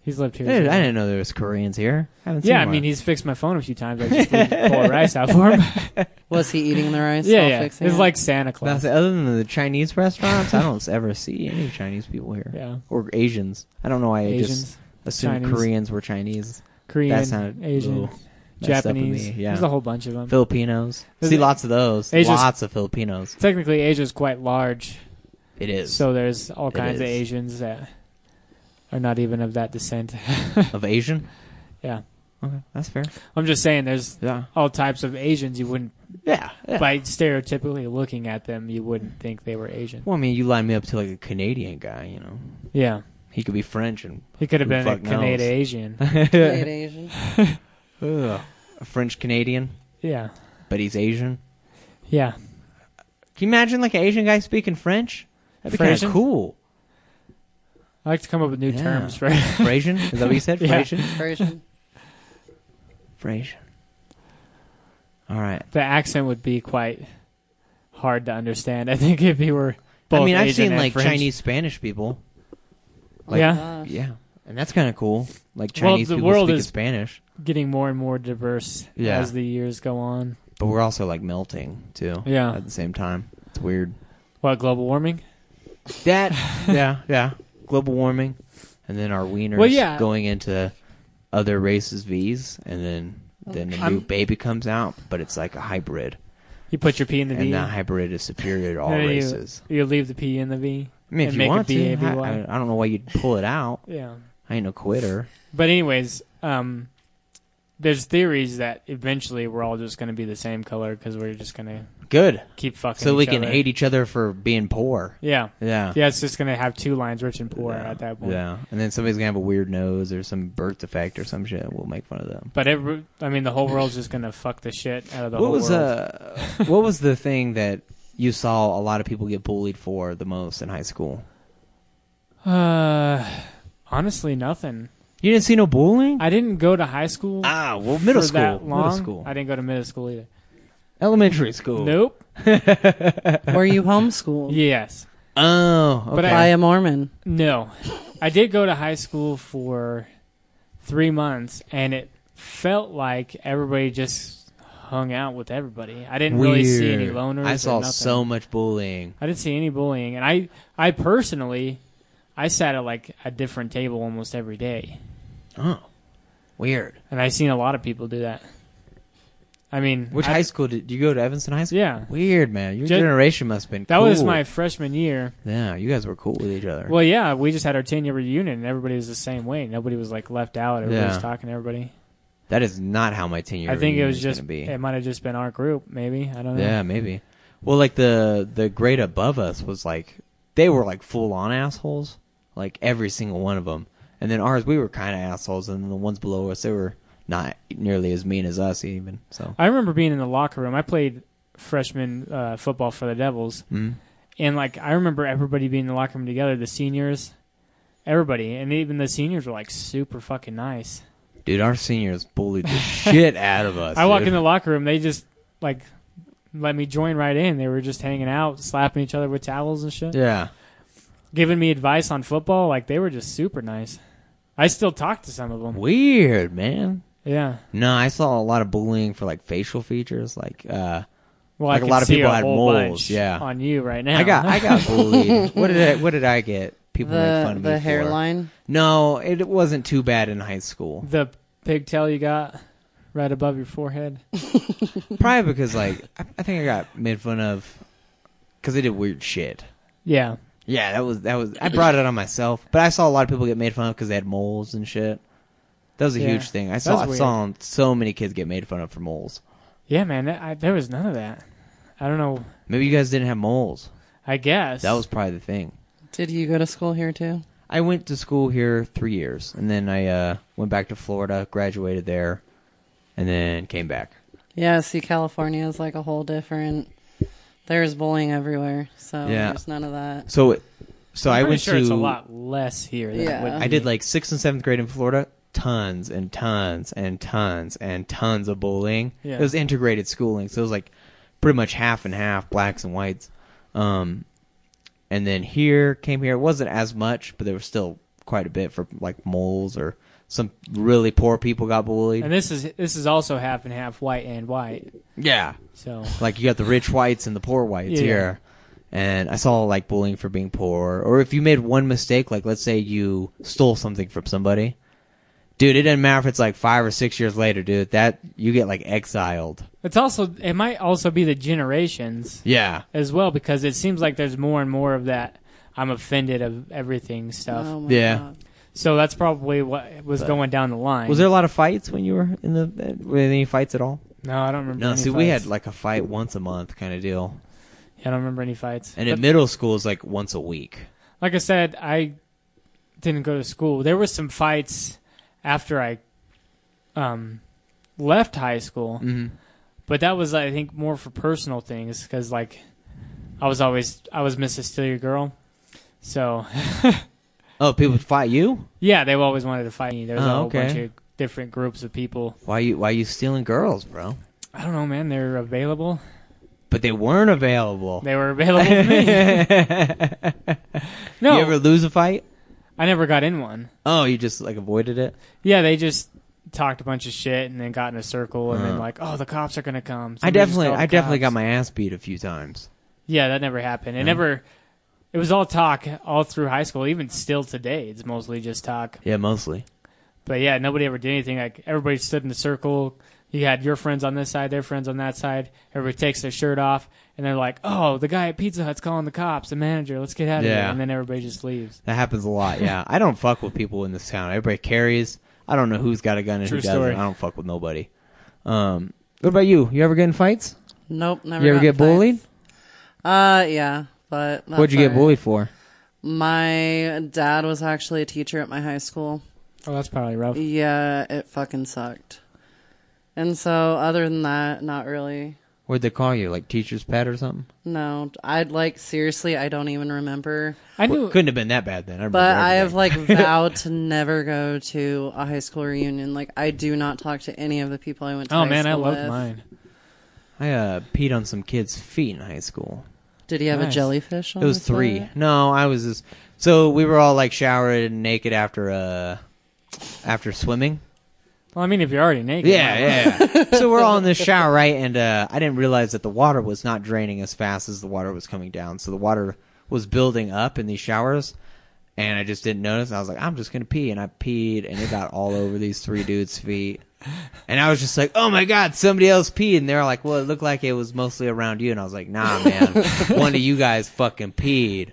he's lived here. Dude, I didn't know there was Koreans here. haven't seen yeah, I one. mean he's fixed my phone a few times. I just leave a bowl of rice out for him. Was he eating the rice? yeah, while yeah. It's Fixing it? like Santa But I Claus. said, other than the Chinese restaurants, I don't ever see any Chinese people here Yeah, or Asians. I don't know why I just Asians, assumed Chinese. Koreans were Chinese. that Korean, sounded Asian, little messed up to Japanese. me, yeah. There's a whole bunch of them. Filipinos. There's See a- lots of those. Asia's- lots of Filipinos. Technically, Asia's quite large, It is so there's all It kinds of is. Asians that are not even of that descent. of Asian. yeah, Okay, that's fair. I'm just saying there's Yeah. all types of Asians. You wouldn't, Yeah. by stereotypically looking at them, you wouldn't think they were Asian. Well, I mean, you line me up to like a Canadian guy, you know. Yeah. He could be French and He could have Who been a fuck knows? Canadian Asian. Late Asian. Ugh. a French Canadian, yeah. but he's Asian. Yeah. Can you imagine like an Asian guy speaking French? That'd be kind Frasian? of cool. I like to come up with new Yeah. terms for Frasian? Is that what you said? Yeah. Frasian? Asian. Frasian. All right. the accent would be quite hard to understand. I think if he were both I mean, I've Asian seen and like French. Chinese Spanish people. Oh my Yeah. gosh. Yeah. And that's kind of cool. Like Well, Chinese the people world speaking is- Spanish, getting more and more diverse Yeah. as the years go on. but we're also like melting too. Yeah. At the same time, it's weird. What global warming? That yeah, yeah. Global warming, and then our wieners Well, yeah. going into other races' V's, and then then a I'm- new baby comes out, but it's like a hybrid. You put your P in the V. and uh, not hybrid is superior to all and then you- races. You, leave the P in the V. I mean, and if make you it want B to, A B Y. I, I don't know why you'd pull it out. Yeah. I ain't no quitter. But anyways, um, there's theories that eventually we're all just going to be the same color because we're just going to Good, keep fucking. so we each can other. hate each other for being poor. Yeah. Yeah. Yeah, it's just going to have two lines, rich and poor, at that point. Yeah, and then somebody's gonna have a weird nose or some birth defect or some shit. We'll make fun of them. But every, I mean, the whole world's just going to fuck the shit out of the what whole was world. uh, what was the thing that you saw a lot of people get bullied for the most in high school? Uh, honestly, nothing. You didn't see no bullying. I didn't go to high school. ah, well, middle for school, that long. middle school, I didn't go to middle school either. elementary school. Nope. Were you homeschooled? Yes. Oh, But okay. By a Mormon. No. I did go to high school for three months, and it felt like everybody just hung out with everybody. I didn't really see any Weird. loners. I or saw nothing. so much bullying. I didn't see any bullying, and I, I personally, I sat at like a different table almost every day, Oh, weird. and I seen a lot of people do that. I mean, Which I- high school did, did you go to? Evanston High School. Yeah. Weird man. Your Ju- generation must have been. That was cool. my freshman year. Yeah, you guys were cool with each other. Well, yeah, we just had our ten year reunion, and everybody was the same way. Nobody was like left out. Everybody was Yeah. talking to everybody. that is not how my ten year. I think it reunion was is just gonna be. it might have just been our group, maybe. I don't know. Yeah, maybe. Well, like the the grade above us was like they were like full on assholes, like every single one of them. And then ours, we were kind of assholes, and then the ones below us, they were not nearly as mean as us even. So I remember being in the locker room. I played freshman uh, football for the Devils, Mm. and like I remember everybody being in the locker room together. The seniors, everybody, and even the seniors were like super fucking nice. dude, our seniors bullied the shit out of us. I walk dude. in the locker room, they just like let me join right in. They were just hanging out, slapping each other with towels and shit. yeah. giving me advice on football. Like they were just super nice. I still talk to some of them. Weird man. Yeah. No, I saw a lot of bullying for like facial features, like uh, Well, Like, I a can lot of see people a had whole moles, bunch yeah. On you right now. I got I got bullied. what did I, what did I get? People make fun The of me the for. hairline. No, it wasn't too bad in high school. the pigtail you got right above your forehead. Probably because like I, I think I got made fun of because they did weird shit. Yeah. Yeah, that was that was I brought it on myself, but I saw a lot of people get made fun of because they had moles and shit. That was a Yeah. huge thing. I That saw was I saw so many kids get made fun of for moles. Yeah, man. That, I, there was none of that. I don't know. Maybe you guys didn't have moles. I guess That was probably the thing. Did you go to school here too? I went to school here three years, and then I uh, went back to Florida, graduated there, and then came back. Yeah. See, California is like a whole different. There's bullying everywhere, so Yeah. there's none of that. So, it, so I'm I pretty went sure to it's a lot less here. Than Yeah. It would I did like sixth and seventh grade in Florida. Tons and tons and tons and tons of bullying. Yeah. It was integrated schooling, so it was like pretty much half and half, blacks and whites. Um, and then here came here. It wasn't as much, but there was still quite a bit for like moles or some really poor people got bullied. And this is this is also half and half white and white. yeah, So like you got the rich whites and the poor whites Yeah. here. And I saw like bullying for being poor, or if you made one mistake, like let's say you stole something from somebody, dude, it doesn't matter if it's like five or six years later, dude. That you get like exiled. it's also it might also be the generations Yeah, as well because it seems like there's more and more of that I'm offended of everything stuff. Oh my Yeah. God. So that's probably what was going down the line. was there a lot of fights when you were in the? Were there any fights at all? No, I don't remember. No, any see, we fights. had like a fight once a month kind of deal, Yeah, I don't remember any fights. and But in middle school it's like once a week. like I said, I didn't go to school. There were some fights after I um, left high school, Mm-hmm. but that was I think more for personal things because like I was always I was Mrs. Steal Your Girl, so Oh, people would fight you? yeah, they always wanted to fight me. There was a Oh, whole okay. bunch of different groups of people. Why you? Why you stealing girls, bro? I don't know, man. They're available. But they weren't available. They were available to me. no, You ever lose a fight? I never got in one. Oh, you just like avoided it. Yeah, they just talked a bunch of shit and then got in a circle and then Huh. like, oh, the cops are gonna come. Uh-huh. I Somebody just definitely, called the I definitely cops. got my ass beat a few times. Yeah, that never happened. It never. It was all talk all through high school. Even still today, it's mostly just talk. Yeah, mostly. But yeah, nobody ever did anything. Like everybody stood in a circle, you had your friends on this side, their friends on that side. Everybody takes their shirt off, and they're like, "Oh, the guy at Pizza Hut's calling the cops, the manager. Let's get out of here." Yeah. And then everybody just leaves. That happens a lot. Yeah, I don't fuck with people in this town. Everybody carries. I don't know who's got a gun and True who doesn't. story. I don't fuck with nobody. Um, what about you? You ever get in fights? Nope, never. you ever got get in bullied? fights. Uh, yeah, but that's What'd you get all right. bullied for? My dad was actually a teacher at my high school. Oh, that's probably rough. Yeah, it fucking sucked. And so, other than that, not really. What'd they call you? Like teacher's pet or something? No, I'd like seriously, I don't even remember. I Well, knew. couldn't have been that bad then. I remember But I have everything. like vowed to never go to a high school reunion. Like I do not talk to any of the people I went to. oh high man, I school loved with. mine. I uh, peed on some kids' feet in high school. Did he have a Nice. jellyfish? on It was his three. butt? No, I was just so we were all like showered and naked after uh after swimming. Well, I mean, if you're already naked, why not? Yeah, yeah. so we're all in the shower, right? And uh, I didn't realize that the water was not draining as fast as the water was coming down. So the water was building up in these showers, and I just didn't notice. I was like, I'm just gonna pee, and I peed, and it got all over these three dudes' feet. And I was just like, "Oh my god, somebody else peed!" And they're like, "Well, it looked like it was mostly around you." And I was like, "Nah, man, one of you guys fucking peed."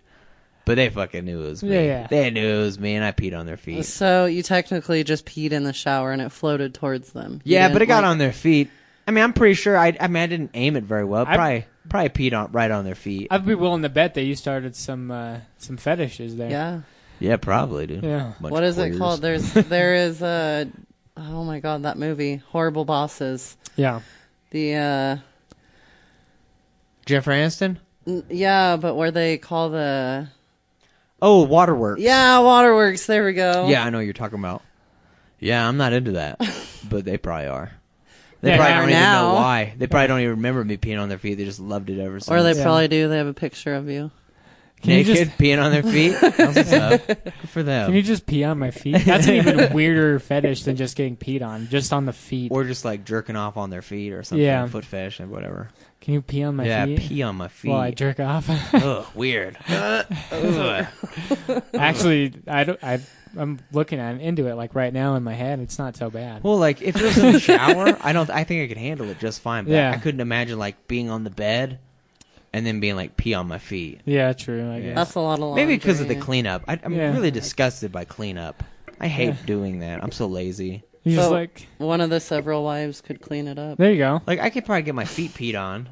But they fucking knew it was me. Yeah, yeah. They knew it was me, and I peed on their feet. So you technically just peed in the shower and it floated towards them. You Yeah, but didn't, it got like- on their feet. I mean, I'm pretty sure. I, I mean, I didn't aim it very well. I- Probably, probably peed on right on their feet. I'd be willing to bet that you started some uh, some fetishes there. Yeah. yeah, probably, dude. Yeah. Bunch what of is queers. it called? There's there is a oh my god that movie horrible bosses yeah. the uh Jeff Aniston. n- yeah but where they call the Oh, Waterworks. yeah waterworks there we go yeah, I know what you're talking about. Yeah, I'm not into that, but they probably are. They They probably are don't even now. know why. They probably don't even remember me peeing on their feet. They just loved it ever since. or they Yeah. probably do they have a picture of you Can you naked just peeing on their feet. That's what's up. Good for them. can you just pee on my feet? That's an even weirder fetish than just getting peed on, just on the feet. or just like jerking off on their feet or something. Yeah. Foot fetish and whatever. Can you pee on my yeah, feet? pee on my feet. While I jerk off. Ugh, weird. Uh, Ugh. Actually, I don't. I, I'm looking at into it like right now in my head. It's not so bad. Well, like if it was in the shower, I don't. I think I could handle it just fine. But Yeah. I couldn't imagine like being on the bed and then being like pee on my feet. yeah, true. I guess. that's a lot of laundry. Maybe because of the cleanup. I, I'm Yeah. really disgusted by cleanup. I hate doing that. I'm so lazy. You just So- like one of the several wives could clean it up there you go. Like I could probably get my feet peed on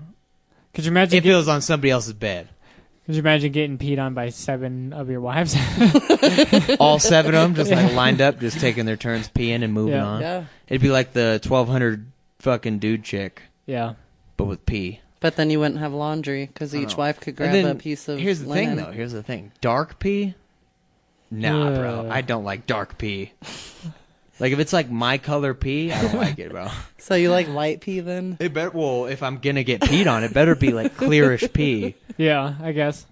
Could you imagine? if Get, it was on somebody else's bed. could you imagine getting peed on by seven of your wives? All seven of them just like lined up, just taking their turns peeing and moving Yeah. on. yeah It'd be like the 1200 fucking dude chick, yeah. but with pee. but then you wouldn't have laundry because I each know. wife could grab And a then, piece of Here's the linen. thing, though. Here's the thing. Dark pee. Nah, bro. Ugh. I don't like dark pee. like if it's like my color pee, I don't like it, bro. so you like white pee then It better. Well, if I'm gonna get peed on, it better be like clearish pee. Yeah, I guess.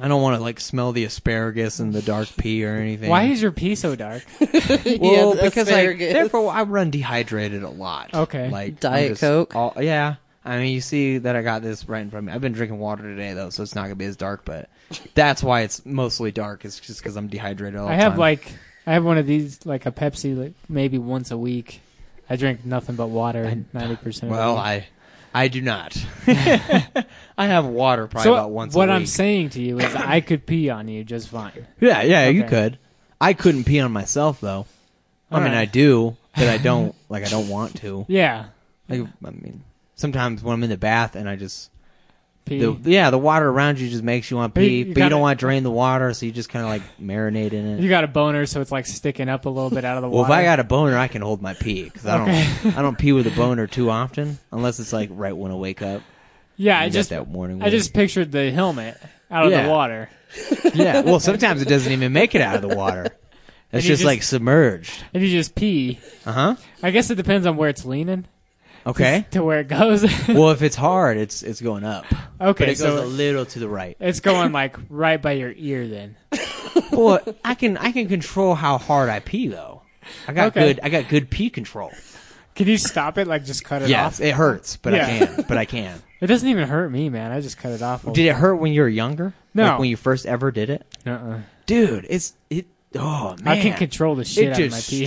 I don't want to like smell the asparagus and the dark pee or anything. Why is your pee so dark? well Yeah, because like asparagus. therefore I run dehydrated a lot. Okay. Like I'm Diet just Coke? all- yeah. I mean, you see that I got this right in front of me. I've been drinking water today though, so it's not gonna be as dark. But that's why it's mostly dark. It's just because I'm dehydrated all the I have time. like I have one of these like a Pepsi like maybe once a week. I drink nothing but water ninety percent. Well, of the week. I I do not. I have water probably so about once what a week. I'm saying to you is I could pee on you just fine. Yeah, yeah, you Okay. could. I couldn't pee on myself though. I All mean, right. I do, but I don't like I don't want to. Yeah, Like, I mean, sometimes when I'm in the bath and I just pee. the, yeah, the water around you just makes you want to But you- pee, you but you gotta- don't want to drain the water, so you just kind of like marinate in it. you got a boner, so it's like sticking up a little bit out of the well, water. if I got a boner, I can hold my pee because I don't I don't pee with a boner too often unless it's like right when I wake up. yeah, You I got just that morning. I wood. just pictured the helmet out of Yeah. the water. Yeah. Well, sometimes it doesn't even make it out of the water. It's you just, just- like submerged. and you just pee. Uh huh. I guess it depends on where it's leaning Okay. to where it goes. okay, well, if it's hard, it's it's going up, but it so goes a little to the right. it's going like right by your ear then. Well, I can I can control how hard I pee though. I got Okay. good I got good pee control. Can you stop it? Like just cut it Yes, off? it hurts, but I Yeah. can. But I can. It doesn't even hurt me, man. I just cut it off. Did it hurt when you were younger? No. Like when you first ever did it, uh dude. It's it oh man, I can control the shit It out of my just pee.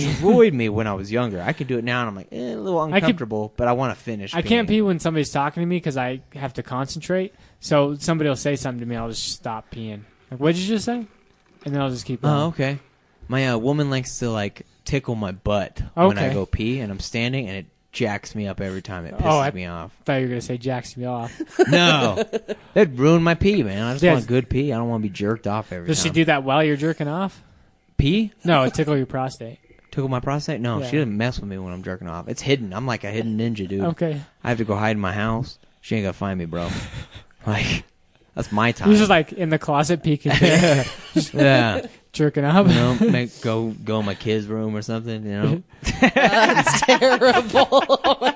destroyed me when I was younger. I could do it now, and I'm like eh, a little could- uncomfortable, but I want to finish. I can't peeing. pee when somebody's talking to me because I have to concentrate. So somebody will say something to me, I'll just stop peeing. Like, what'd you just say? And then I'll just keep going. Oh, okay. My uh, woman likes to like tickle my butt when I Okay. go pee, and I'm standing, and it jacks me up every time. It pisses Oh, I- me off. I thought you were gonna say jacks me off. No, that'd ruin my pee, man. I just Yes. want good pee. I don't want to be jerked off every Does time. she do that while you're jerking off? pee? No, it tickle your prostate. Tickle my prostate? No, Yeah. she doesn't mess with me when I'm jerking off. It's hidden. I'm like a hidden ninja, dude. Okay, I have to go hide in my house. She ain't gonna find me, bro. like that's my time. he's just like in the closet peeking, there, yeah, jerking off. you know, make, go go in my kids' room or something. You know, That's terrible. Oh my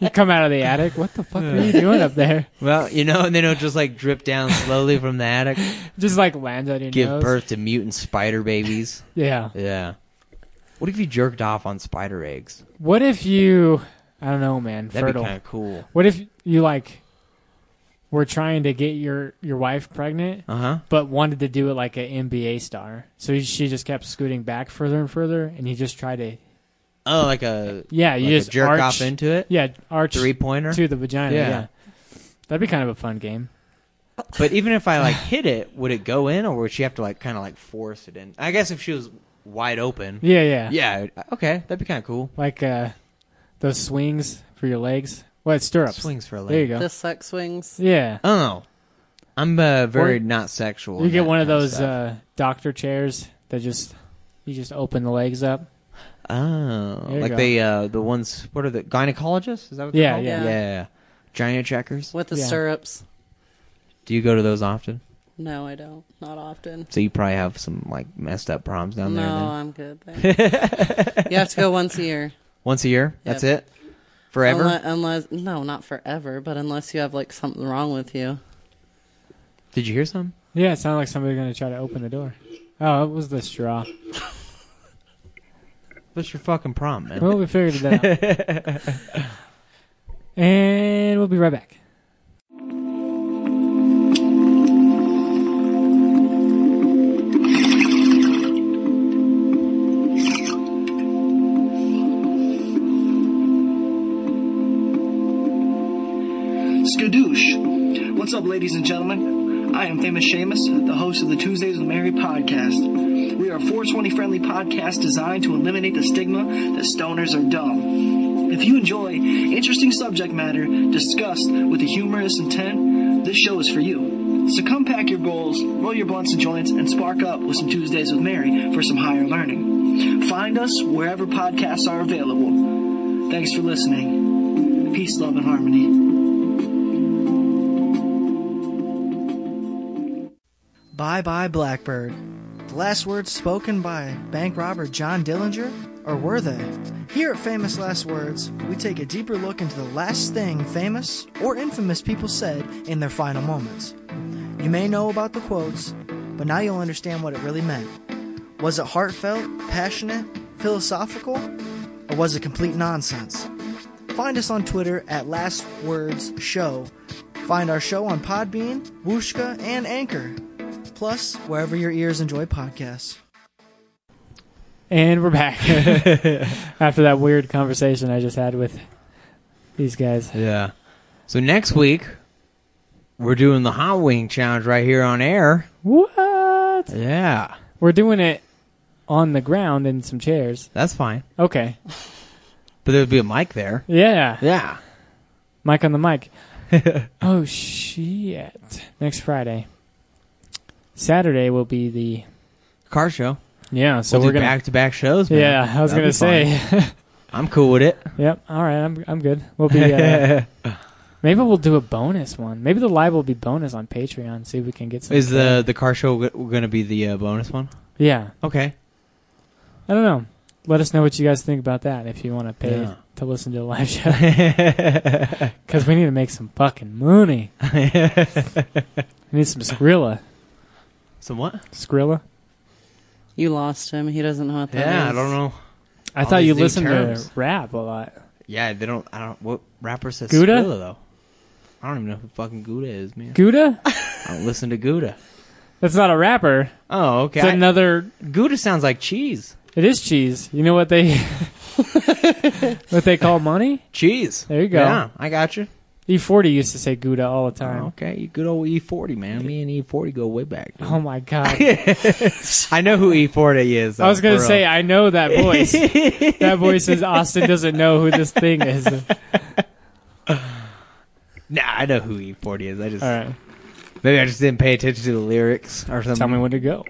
You come out of the attic. What the fuck are you doing up there? well, you know, and then it'll just like drip down slowly from the attic. Just like lands on your give nose. birth to mutant spider babies. Yeah. Yeah. What if you jerked off on spider eggs? What if you? I don't know, man. That'd fertile. be kind of cool. What if you like were trying to get your your wife pregnant, Uh huh. but wanted to do it like an NBA star? So she just kept scooting back further and further, and you just try to Oh, like a yeah, like you a just jerk arch, off into it. yeah arch Three pointer. to the vagina. Yeah. Yeah. that'd be kind of a fun game. But even if I like hit it, would it go in, or would she have to like kind of like force it in? I guess if she was wide open. Yeah, yeah, Yeah. Okay, that'd be kind of cool. Like uh, those swings for your legs. What stirrups? Swings for a leg. There you go. The sex swings. yeah, Oh, I'm uh, very Or- not sexual. you in get that one of kind those stuff. uh, doctor chairs that just you just open the legs up. Oh, uh, There you like go. they uh the ones what are the gynecologists? Is that what Yeah, they're called? yeah. yeah. Giant checkers. With the Yeah. stirrups. Do you go to those often? No, I don't. Not often. So you probably have some like messed up proms down no, there. Then. I'm good. thanks. you have to go once a year. Once a year, that's it. Forever. Unless, unless no, not forever, but unless you have like something wrong with you. Did you hear some? Yeah, it sounded like somebody gonna try to open the door. Oh, it was the straw. What's your fucking prom, man? Well, we figured it out. and we'll be right back. Skadoosh. What's up, ladies and gentlemen? I am Famous Seamus, the host of the Tuesdays with Mary podcast. We are a 420 friendly podcast designed to eliminate the stigma that stoners are dumb. If you enjoy interesting subject matter discussed with a humorous intent, this show is for you. So come pack your goals, roll your blunts and joints, and spark up with some Tuesdays with Mary for some higher learning. Find us wherever podcasts are available. Thanks for listening. Peace, love, and harmony. Bye Bye Blackbird. The last words spoken by bank robber John Dillinger, or were they? Here at Famous Last Words, we take a deeper look into the last thing famous or infamous people said in their final moments. You may know about the quotes, but now you'll understand what it really meant. Was it heartfelt, passionate, philosophical, or was it complete nonsense? Find us on Twitter at Last Words Show. Find our show on Podbean, Wooshka, and Anchor plus wherever your ears enjoy podcasts. And we're back after that weird conversation I just had with these guys. Yeah. So next week we're doing the hot wing challenge right here on air. What? Yeah. We're doing it on the ground in some chairs. That's fine. Okay. But there'd be a mic there. Yeah. Yeah. Mic on the mic. oh shit! Next Friday. Saturday will be the Car show. yeah. So we'll are do gonna back to back shows, man. yeah. I was That'd gonna be fun. say. I'm cool with it. Yep. All right. I'm I'm good. We'll be. Uh, maybe we'll do a bonus one. Maybe the live will be bonus on Patreon. See if we can get some. Is the the car show go- gonna be the uh, bonus one? yeah? Okay. I don't know. Let us know what you guys think about that if you want to pay Yeah. to listen to a live show. Because we need to make some fucking money. we need some Skrilla. Some what? Skrilla. You lost him. He doesn't know what that is. Yeah, I don't know. I All thought these you new listened terms. to rap a lot. Yeah, they don't. I don't. What rapper says Gouda? Skrilla though? I don't even know who fucking Gouda is, man. Gouda? I don't listen to Gouda. That's not a rapper. Oh, okay. It's I- another. Gouda sounds like cheese. It is cheese. You know what they what they call money? Cheese. There you go. Yeah, I got you. E40 E used to say Gouda all the Oh. time. Okay, you good old E40, man. Me and E40 go way back. dude. Oh my god! I know who E40 is. I was though, gonna for say real. I know that voice. that voice is Austin doesn't know who this thing is. All Nah, I know who E40 is. I just right, maybe I just didn't pay attention to the lyrics or something. tell me when to go.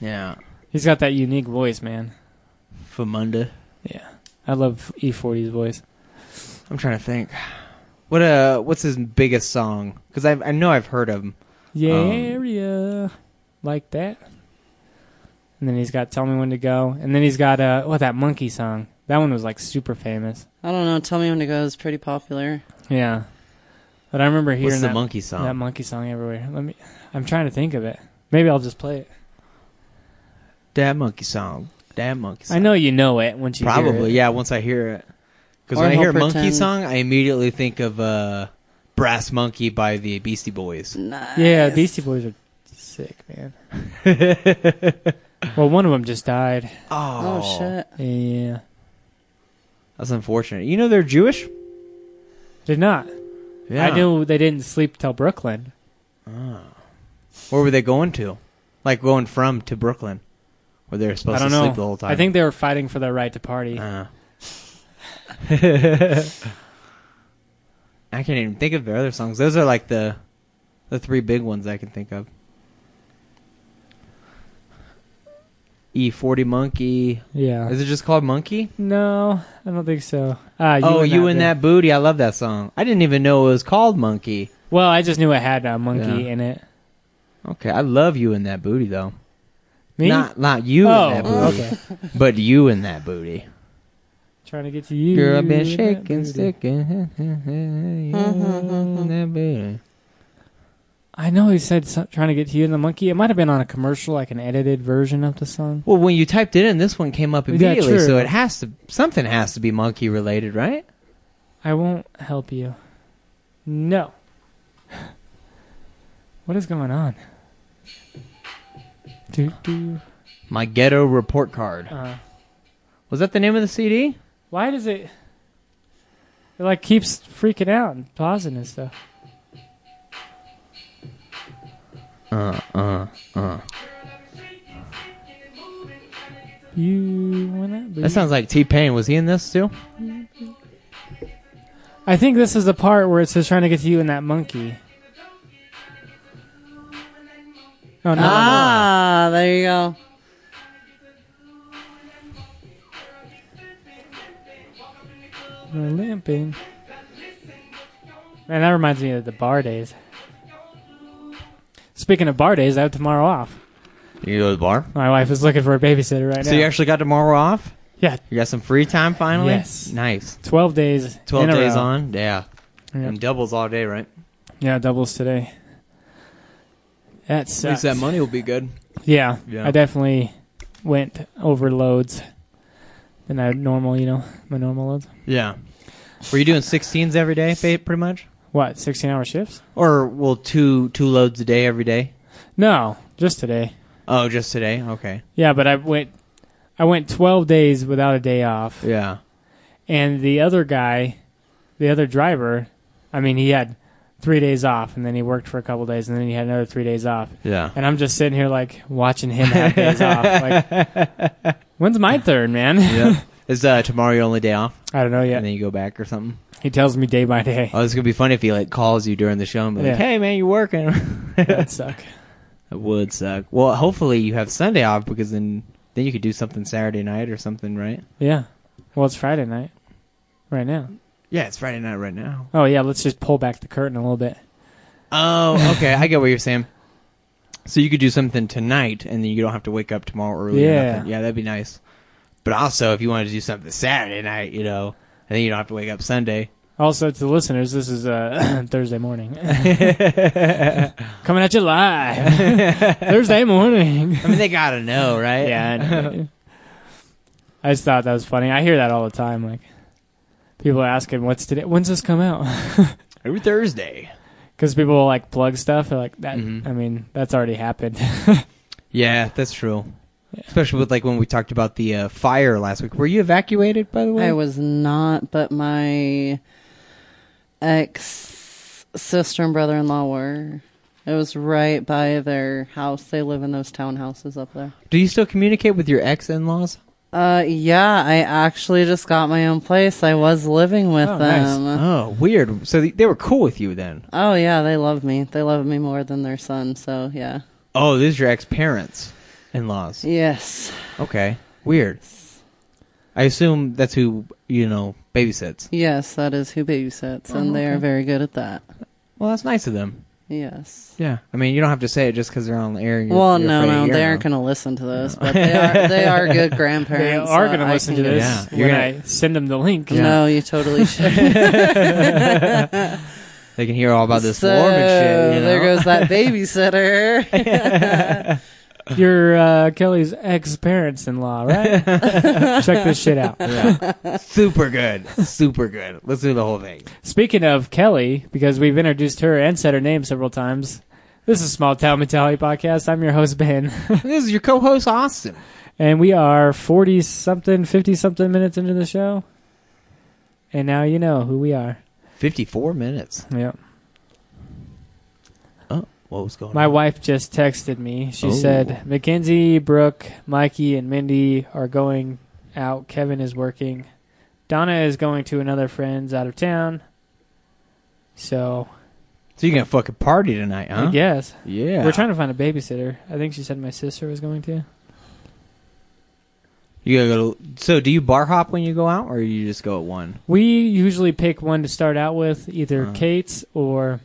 Yeah, He's got that unique voice, man. Famunda. Yeah, I love E40's voice. I'm trying to think. What uh, what's his biggest song? Because I I know I've heard of him. Yeah, Um, yeah, like that. And then he's got "Tell Me When to Go," and then he's got uh, what that monkey song? That one was like super famous. I don't know. Tell me when to go is pretty popular. Yeah, but I remember hearing What's the that monkey song? that monkey song everywhere. Let me. I'm trying to think of it. Maybe I'll just play it. that monkey song. That monkey. song. I know you know it once you hear Probably it. yeah. Once I hear it, because Or when I he'll hear monkey pretend- song, I immediately think of uh, Brass Monkey by the Beastie Boys. Nice. Yeah, Beastie Boys are sick, man. well, one of them just died. Oh, shit. Yeah, That's unfortunate. You know they're Jewish. did not. Yeah. I knew they didn't sleep till Brooklyn. Where were they going to? Like going from to Brooklyn, where they were supposed I don't to know. sleep the whole time. I think they were fighting for their right to party. Uh. I can't even think of their other songs. Those are like the the three big ones I can think of. E forty monkey. yeah. Is it just called Monkey? No, I don't think so. Ah, you oh, and you that and bit. that booty. I love that song. I didn't even know it was called Monkey. Well, I just knew it had a monkey Yeah. in it. Okay, I love you and that booty though. Me? Not not you oh, and that booty, okay. but you and that booty. Trying to get to you. Girl, I've been and that shaking, booty. sticking. that booty. I know he said so- trying to get to you and the monkey. It might have been on a commercial, like an edited version of the song. Well, when you typed it in, this one came up Yeah, immediately, true. so it has to something has to be monkey related, right? I won't help you. No. What is going on? Do, do. My ghetto report card. Uh, Was that the name of the CD? why does it? It like keeps freaking out and pausing and stuff. You wanna be? That sounds like T Pain. Was he in this too? I think this is the part where it says trying to get to you and that monkey. Oh no! Ah, there you go. We're limping. Man, that reminds me of the bar days. Speaking of bar days, I have tomorrow off. You go to the bar. My wife is looking for a babysitter right So now. you actually got tomorrow off. yeah, You got some free time finally. Yes. Nice. 12 days. Twelve in a days row. on. Yeah. Yeah. And doubles all day, right? Yeah, doubles today. That sucks. money will be good. yeah, Yeah. I definitely went over loads than I normal, you know, my normal loads. Yeah. Were you doing sixteens every day, ba- pretty much? What, 16 hour shifts? Or well, two two loads a day every day? No, just today. Oh, just today. Okay. Yeah, but I went I went 12 days without a day off. Yeah. And the other guy, the other driver, I mean, he had three days off, and then he worked for a couple days, and then he had another three days off. Yeah. And I'm just sitting here like watching him have days off. Like, when's my third, man? yeah. Is uh, tomorrow your only day off? I don't know and yet. then you go back or something. He tells me day by day. Oh, it's gonna be funny if he like calls you during the show and be like, Yeah. "Hey, man, you working?" that That suck. would suck. Well, hopefully you have Sunday off because then then you could do something Saturday night or something, right? Yeah. Well, it's Friday night, right now. Yeah, it's Friday night right now. Oh yeah, let's just pull back the curtain a little bit. Oh, okay, I get what you're saying. So you could do something tonight, and then you don't have to wake up tomorrow early. or Yeah. nothing. yeah, that'd be nice. But also, if you wanted to do something Saturday night, you know, and then you don't have to wake up Sunday. Also, to the listeners, this is uh, Thursday morning. Coming at you live. Thursday morning. I mean, they gotta know, right? yeah. I, know. I just thought that was funny. I hear that all the time. Like people are asking, "What's today? When's this come out?" every Thursday. because people will like plug stuff. They're like that. Mhm. I mean, that's already happened. Yeah, that's true. Especially with like when we talked about the uh, fire last week. Were you evacuated by the way? I was not, but my ex sister and brother in law were. It was right by their house. They live in those townhouses up there. Do you still communicate with your ex in laws? Uh, yeah, I actually just got my own place. I was living with Oh, nice. them. Oh, weird. So they- they were cool with you then. Oh yeah, they love me. They love me more than their son. So yeah. Oh, these are your ex parents in laws. Yes. Okay. Weird. I assume that's who, you know, babysits. Yes, that is who babysits, Oh, and they are very good at that. Well, that's nice of them. Yes. Yeah. I mean, you don't have to say it just because they're on the air. You're, well, you're no, afraid no, you're they aren't not. going to listen to this, but they are. They are good they grandparents. are so going to uh, I listen to can this get- Yeah, when you're gonna- I send them the link. Yeah. No, you totally should. They can hear all about this so, Mormon shit. You know? There goes that babysitter. You're uh, Kelly's ex parents in law, right? Check this shit out. Yeah. Super good. Super good. Let's do the whole thing. Speaking of Kelly, because we've introduced her and said her name several times, this is Small Town Mentality Podcast. I'm your host, Ben. this is your co host, Austin. And we are 40 something, 50 something minutes into the show. And now you know who we are. 54 minutes. Yep. What was going My on? wife just texted me. She Oh. said, Mackenzie, Brooke, Mikey, and Mindy are going out. Kevin is working. Donna is going to another friend's out of town. So, So you're going to fucking party tonight, huh? I guess. Yeah. We're trying to find a babysitter. I think she said my sister was going to. You gotta go to, so do you bar hop when you go out, or you just go at one? We usually pick one to start out with, either Uh-huh. Kate's or,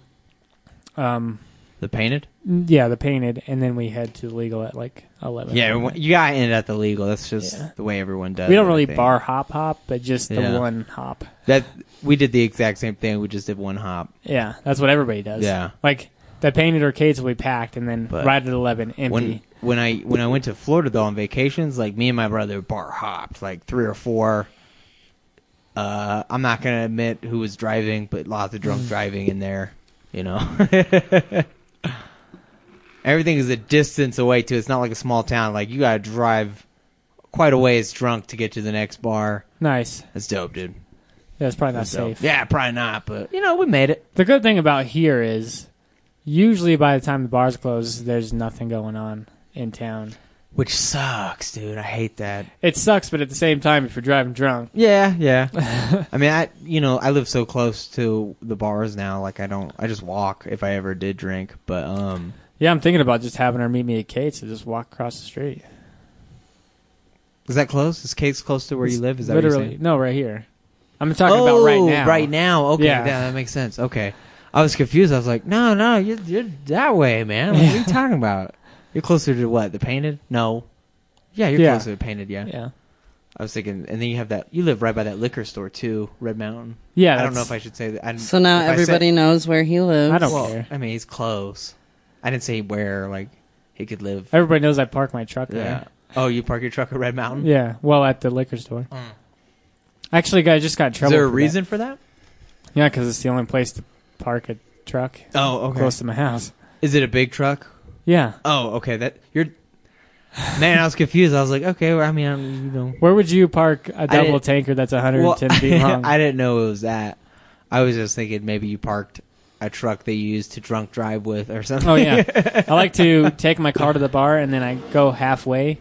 um, The painted? yeah, the painted, and then we head to legal at like eleven. Yeah, everyone- you gotta end at the legal. That's just Yeah. the way everyone does. we don't really everything. bar hop hop, but just Yeah. the one hop. That we did the exact same thing. We just did one hop. Yeah, that's what everybody does. Yeah. like the painted arcades will be packed, and then But right at eleven empty. When when I when I went to Florida though on vacations, like me and my brother bar hopped like three or four. Uh, I'm not gonna admit who was driving, but lots of Mm. drunk driving in there. You know, everything is a distance away too. It's not like a small town. Like you gotta drive quite a ways drunk to get to the next bar. nice. That's dope, dude. That's probably not That's dope. safe. Yeah, probably not, but you know we made it. The good thing about here is, usually by the time the bars close, there's nothing going on in town. Which sucks, dude. I hate that. It sucks, but at the same time, if you're driving drunk, Yeah, yeah. I mean, I you know I live so close to the bars now. Like I don't, I just walk if I ever did drink. But um, yeah, I'm thinking about just having her meet me at Kate's and just walk across the street. is that close? Is Kate's close to where you live? Is that literally What you're saying? no right here? I'm talking about right Oh, now. Right now. Okay, yeah. Yeah. that makes sense. Okay, I was confused. I was like, no, no, you're, you're that way, man. Like, What are you talking about? You're closer to what? The painted? No. Yeah, you're Yeah. closer to painted. Yeah. Yeah, I was thinking, and then you have that. You live right by that liquor store too, Red Mountain. yeah. I don't know that's- if I should say that. I, So now if I said- everybody knows where he lives. I don't Well, care. I mean, he's close. I didn't say where. Like he could live. Everybody knows I park my truck Yeah. there. Oh, you park your truck at Red Mountain. Yeah. Well, at the liquor store. Mm. Actually, guy I just got in trouble. Is there a for that. reason for that? Yeah, because it's the only place to park a truck Oh, okay. close to my house. Is it a big truck? Yeah. Oh, okay. That you're. Man, I was confused. I was like, okay. Well, I mean, I'm, you know. Where would you park a double didn't- tanker that's 110 Well, feet long? I didn't know it was that. I was just thinking maybe you parked a truck they used to drunk drive with or something. oh yeah. I like to take my car to the bar and then I go halfway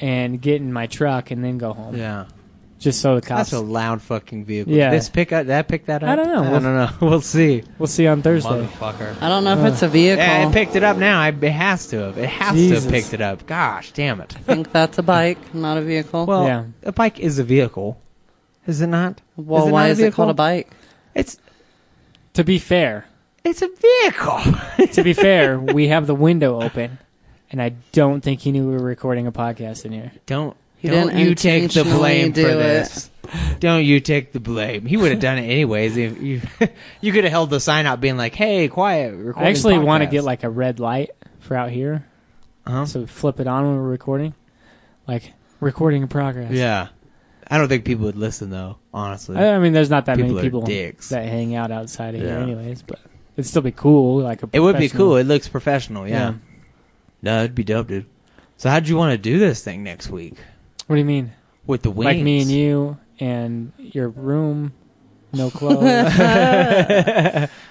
and get in my truck and then go home. Oh, yeah. Just so the cops. That's a loud fucking vehicle. Yeah. This pick up that pick that up. I don't know. I don't know. We'll see. we'll see on Thursday. Motherfucker. I don't know if it's a vehicle. Yeah, Eh, it picked it up now. I, it has to have. It has to Jesus. have picked it up. Gosh, damn it. I think that's a bike, not a vehicle. Well, Yeah. a bike is a vehicle, is it not? Well, it why not a is it called vehicle? a bike? It's To be fair, it's a vehicle. to be fair, we have the window open, and I don't think he knew we were recording a podcast in here. don't He don't didn't you take the intentionally blame for do it. this? Don't you take the blame? He would have done it anyways. If you you could have held the sign out, being like, "Hey, quiet." I actually want to get like a red light for out here, uh so flip it on when we're recording, like recording in progress. yeah. I don't think people would listen though. Honestly, I, I mean, there's not that People many are people dicks. that hang out outside of here, Yeah. anyways. But It'd still be cool. Like a It would be professional- cool. It looks professional. Yeah. Yeah. No, it'd be dope, dude. So how'd you want to do this thing next week What do you mean? with the wings? Like me and you and your room, no clothes.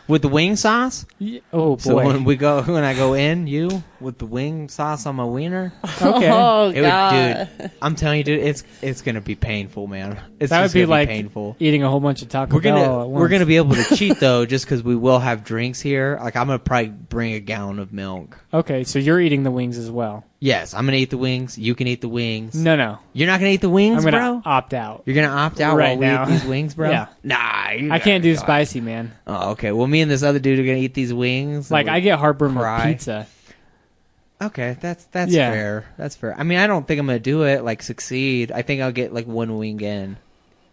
with the wing sauce. Yeah, oh boy. So when we go, when I go in, you with the wing sauce on my wiener. okay. Oh It god. would, dude. I'm telling you, dude. It's it's gonna be painful, man. It's that would just be gonna like painful. eating a whole bunch of Taco We're Bell gonna at we're once. gonna be able to cheat though, just because we will have drinks here. Like I'm gonna probably bring a gallon of milk. Okay, so you're eating the wings as well. Yes, I'm gonna eat the wings. You can eat the wings. No, no. You're not gonna eat the wings, I'm gonna bro. opt out. You're gonna opt out Right while now. we eat these wings, bro. Yeah. Nah, you I gotta can't do go. spicy, man. Oh, okay. Well, me and this other dude are gonna eat these wings. and Like we- I get heartburn with cry. pizza. Okay, that's that's Yeah. fair. That's fair. I mean, I don't think I'm gonna do it. Like succeed. I think I'll get like one wing in.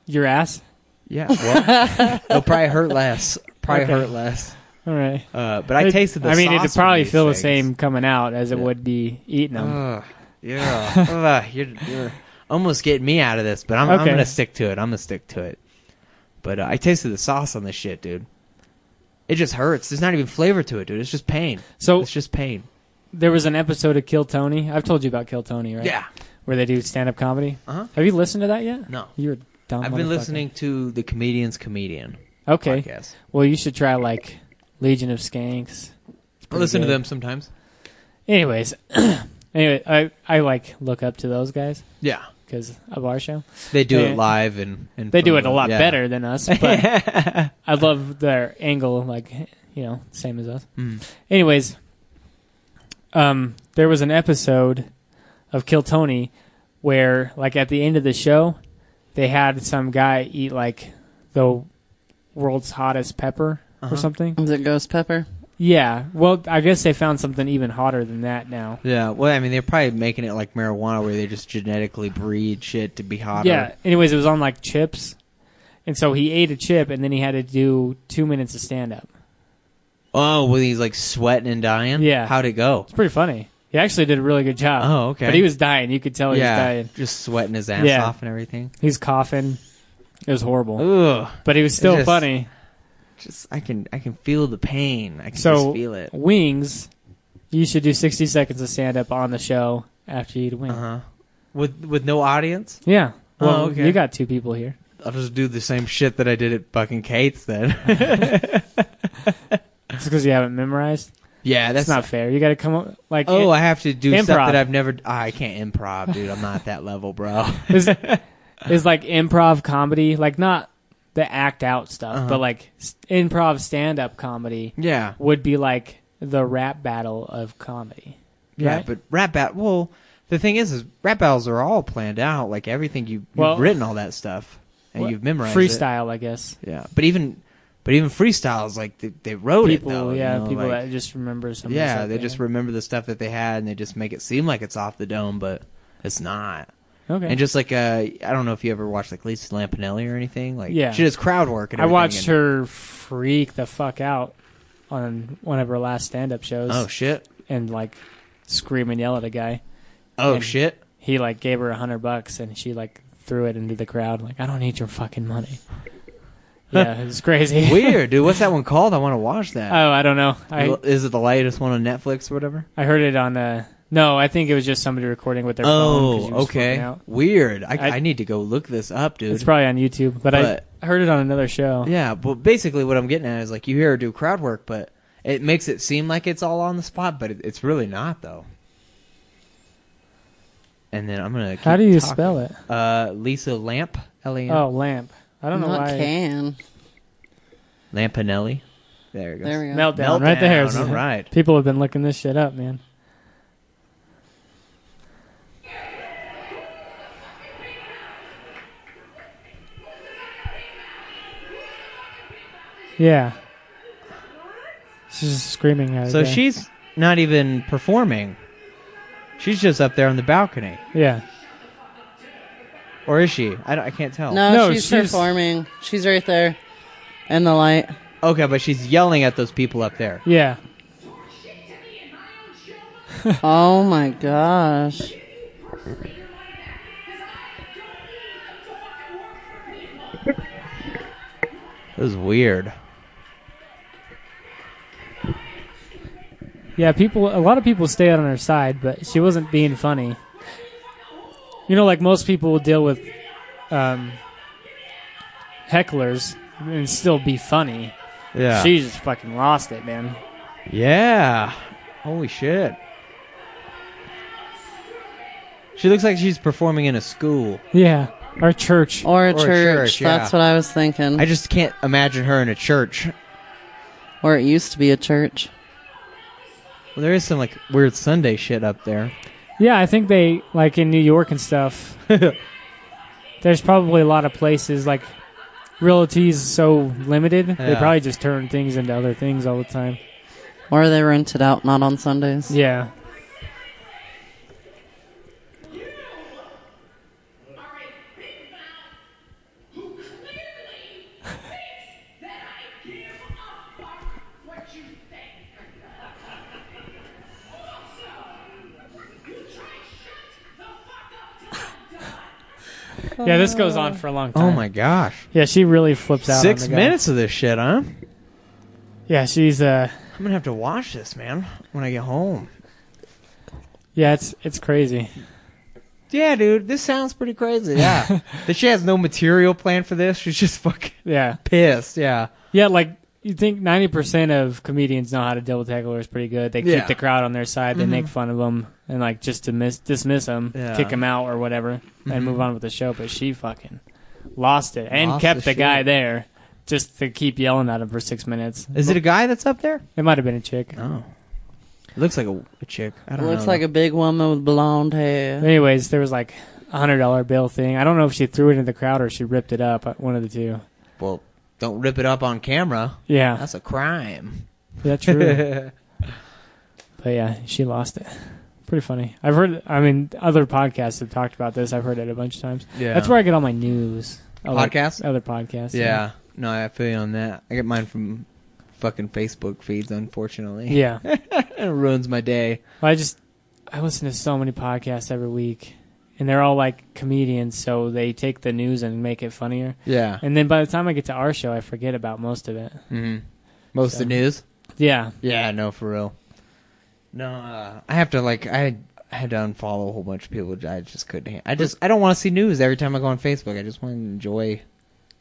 Your ass. Yeah. Well, it'll probably hurt less. Probably Okay. hurt less. All right. Uh, but I It- tasted the. I mean, sauce it'd with probably these feel things. the same coming out as it Yeah. Uh. would be eating them. Ugh, yeah. Ugh, uh, you're, you're almost getting me out of this, but I'm, I'm Okay. gonna stick to it. I'm gonna stick to it. But uh, I tasted the sauce on this shit, dude. It just hurts. There's not even flavor to it, dude. It's just pain. So- it's just pain. there was an episode of Kill Tony. I've told you about Kill Tony, right? Yeah. Where they do stand up comedy. Uh-huh. Have you listened to that yet? No. You're a dumb. I've been motherfucker. listening to the comedian's comedian Okay. podcast. Well, you should try like Legion of Skanks. I pretty listen to good. them sometimes. Anyways, anyway, I I like look up to those guys Yeah, because of our show. they do Yeah. it live and, and They do it promote- a lot yeah. better than us, but I love their angle, like you know, same as us. Mm. Anyways, um, there was an episode of Kill Tony where, like, at the end of the show, they had some guy eat like the world's hottest pepper Uh-huh. or something. Is it ghost pepper? Yeah. Well, I guess they found something even hotter than that now. Yeah, well, I mean, they're probably making it like marijuana, where they just genetically breed shit to be hotter. Yeah. Anyways, it was on like chips, and so he ate a chip, and then he had to do two minutes of stand up. Oh, when he's like sweating and dying. Yeah. How'd it go? It's pretty funny. He actually did a really good job. Oh, okay. But he was dying. You could tell he was yeah, Oh, dying. just sweating his ass Yeah. off and everything. He's coughing. It was horrible, Ugh, but he was still just- funny. just I can I can feel the pain. I can So just feel it. wings, you should do sixty seconds of stand up on the show after you eat a wing. Uh huh. With with no audience, Yeah. Oh, Well, okay. you got two people here. I'll just do the same shit that I did at fucking Kate's. Then. It's because you haven't memorized. yeah, That's not fair. You got to come up like. Oh, it- I have to do Improv. stuff that I've never. Ah, I can't improv, dude. I'm not that level, bro. is, is like improv comedy, like not the act out stuff, Uh-huh. but like s- improv stand up comedy yeah, would be like the rap battle of comedy. yeah. right? But rap battle. Well, the thing is, is rap battles are all planned out. Like everything you, you've Well- written, all that stuff, and Well, you've memorized. it. freestyle, I guess. Yeah, but even but even freestyles like they, they wrote People, it though. you yeah, know, people like- that just remember some. of the yeah, stuff they just remember the stuff that they had and they just make it seem like it's off the dome, but it's not. okay. And just like uh, I don't know if you ever watched like Lisa Lampanelli or anything. Like Yeah. she does crowd work. And I everything, watched and- her freak the fuck out on one of her last stand up shows, Oh shit! and like scream and yell at a guy. Oh And- shit! He like gave her a hundred bucks, and she like threw it into the crowd. Like I don't need your fucking money. Yeah, it's crazy. Weird, dude. What's that one called? I want to watch that. Oh, I don't know. I Is it the latest one on Netflix or whatever? I heard it on. Uh, no, I think it was just somebody recording with their phone. 'cause Oh, you was flipping okay. out. Weird. I, I- I need to go look this up, dude. It's probably on YouTube, but, But- I heard it on another show. Yeah, but basically what I'm getting at is like you hear her do crowd work, but it makes it seem like it's all on the spot, but it, it's really not though. And then I'm gonna. Keep How do you talking. spell it? Uh, Lisa Lamp, L A M Oh, lamp. I don't know Not why. can. Lampanelli. There it goes. There we go. Meltdown, right there. Meltdown, all right. People have been looking this shit up, man. Yeah. She's just screaming at it So there. she's not even performing. She's just up there on the balcony, Yeah. or is she? I, don't- I can't tell. No, No, she's, she's- performing. She's right there in the light. Okay, but she's yelling at those people up there. Yeah. Oh my gosh. This is weird. Yeah, people. A lot of people stay on her side, but she wasn't being funny. You know, like most people will deal with um, hecklers and still be funny. Yeah. She just fucking lost it, man. yeah. Holy shit. She looks like she's performing in a school. Yeah, our church. Or a a church. church, That's yeah. what I was thinking. I just can't imagine her in a church. or it used to be a church. Well, there is some like weird Sunday shit up there. Yeah, I think they like in New York and stuff. there's probably a lot of places like realty is so limited. They Yeah. probably just turn things into other things all the time. Or they rented out, not on Sundays. Yeah. Yeah, this goes on for a long time. Oh my gosh. Yeah, she really flips out. on Six the guy. minutes of this shit, huh? Yeah, she's uh, I'm gonna have to watch this, man, when I get home. yeah, it's it's crazy. Yeah, dude, this sounds pretty crazy. Yeah, that she has no material plan for this. She's just fucking Yeah, pissed. Yeah, yeah, like you think ninety percent of comedians know how to deal with hecklers pretty good. They Yeah. keep the crowd on their side. They make fun of them and like just to miss, dismiss them, Yeah. Mm-hmm. kick them out or whatever, and move on with the show. But she fucking lost it and Lost kept the the, guy shit. there just to keep yelling at him for six minutes. is Oh, it a guy that's up there? It might have been a chick. No, it looks like a, a chick. I It don't looks know. like a big woman with blonde hair. Anyways, there was like a hundred dollar bill thing. I don't know if she threw it in the crowd or she ripped it up. uh, One of the two. well, don't rip it up on camera. Yeah, That's a crime. yeah, true. But yeah, she lost it. Pretty funny. I've heard. I mean, other podcasts have talked about this. I've heard it a bunch of times. Yeah. That's where I get all my news. Other- Podcasts? other podcasts. yeah. No, I feel you on that. I get mine from fucking Facebook feeds, unfortunately. Yeah. Well, it ruins my day. I just I listen to so many podcasts every week, and they're all like comedians, so they take the news and make it funnier. Yeah. And then by the time I get to our show, I forget about most of it. hmm Most of the news. Yeah. Yeah, no, for real. No, uh, I have to like I I had to unfollow a whole bunch of people. I just couldn't. ha- I just I don't want to see news every time I go on Facebook. I just want to enjoy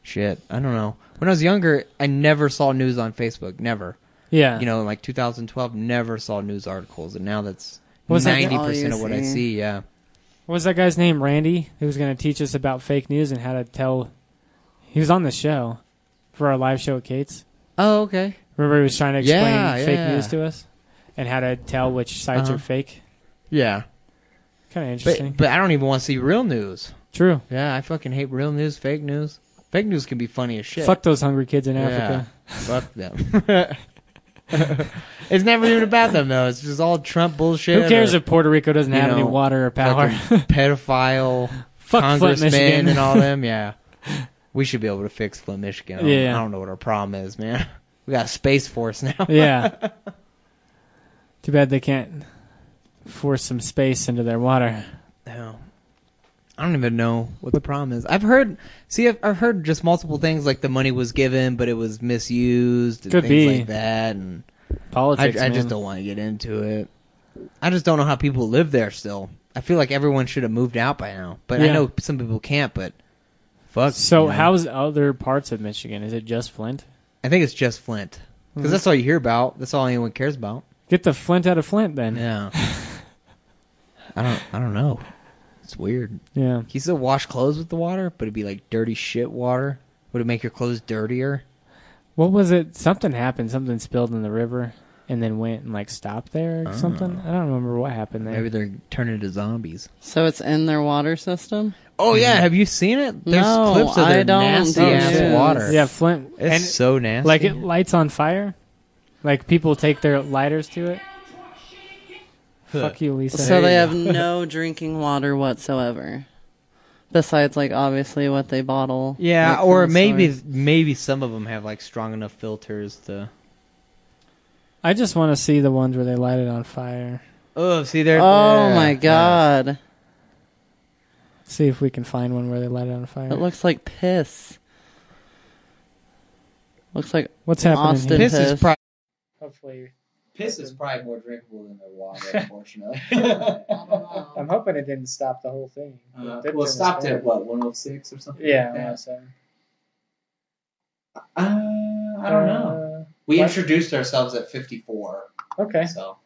shit. I don't know. When I was younger, I never saw news on Facebook. Never. Yeah. You know, like 2012, never saw news articles, and now that's Was that- ninety All you percent of what I see. see. Yeah. What was that guy's name? Randy, who was going to teach us about fake news and how to tell. He was on the show for our live show at Kate's. Oh, okay. Remember, he was trying to explain Yeah, fake yeah. news to us and how to tell which sites Uh-huh. are fake. Yeah, Kind of interesting. but but I don't even want to see real news. True. Yeah, I fucking hate real news, fake news. Fake news can be funny as shit. Fuck those hungry kids in Yeah. Africa. Fuck them. it's never even about them though. It's just all Trump bullshit. Who cares or if Puerto Rico doesn't you have any know, water or power? fucking pedophile Fuck Flint, congressmen Michigan. and all them? Yeah, we should be able to fix Flint, Michigan. I don't, Yeah. I don't know what our problem is, man. We got a space force now. yeah. Too bad they can't force some space into their water. No. I don't even know what the problem is. I've heard, see, I've, I've heard just multiple things like the money was given, but it was misused and Could things be. like that. And I, Politics. I man. just don't want to get into it. I just don't know how people live there still. I feel like everyone should have moved out by now, but I Yeah. know some people can't. But fuck. So, you know. how's other parts of Michigan? Is it just Flint? I think it's just Flint Mm-hmm. because that's all you hear about. That's all anyone cares about. Get the Flint out of Flint, then. Yeah. I don't. I don't know. It's weird. Yeah. You still wash clothes with the water, but it'd be like dirty shit water. Would it make your clothes dirtier? What was it? Something happened. Something spilled in the river and then went and like stopped there or something. I don't remember what happened there. Oh. Maybe they're turning into zombies. So it's in their water system? Oh yeah, have you seen it? There's No, clips of I their don't nasty do ass this. water. Oh, Yeah, Flint. it's and so nasty. like it lights on fire. Like people take their lighters to it. Fuck you, Lisa. So they you have no drinking water whatsoever. Besides, like, obviously what they bottle. Yeah, like, from or the maybe stores. maybe some of them have like strong enough filters to. I just want to see the ones where they light it on fire. Oh, see there. Oh yeah, my god. See if we can find one where they light it on fire. It looks like piss. Looks like What's happening? Austin. Here? Piss is Piss. probably Hopefully, Piss is probably more drinkable than the water, unfortunately. I'm hoping it didn't stop the whole thing. Uh, That thing well, it stopped was at what 106 or something. Yeah, like that? so- Uh, I don't know. We introduced ourselves at 54, Uh, okay. so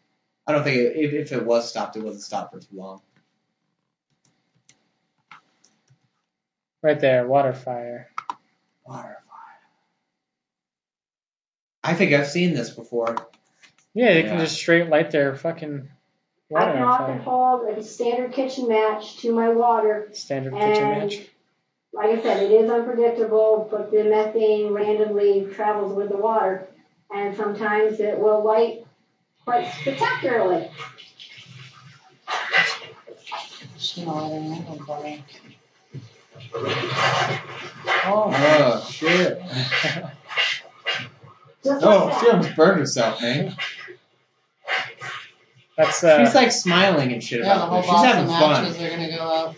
I don't think it, if, if it was stopped, it wasn't stopped for too long. Right there, water fire. Water fire. I think I've seen this before. Yeah, they can Yeah. just straight light their fucking I water can on often fire. hold a standard kitchen match to my water, Standard kitchen and match. like I said, it is unpredictable, but the methane randomly travels with the water, and sometimes it will light quite spectacularly. Oh, shit. Just Oh, like she that. almost burned herself, man. That's uh, She's like smiling and shit Yeah, the about whole this. She's having box of matches fun. are gonna go out.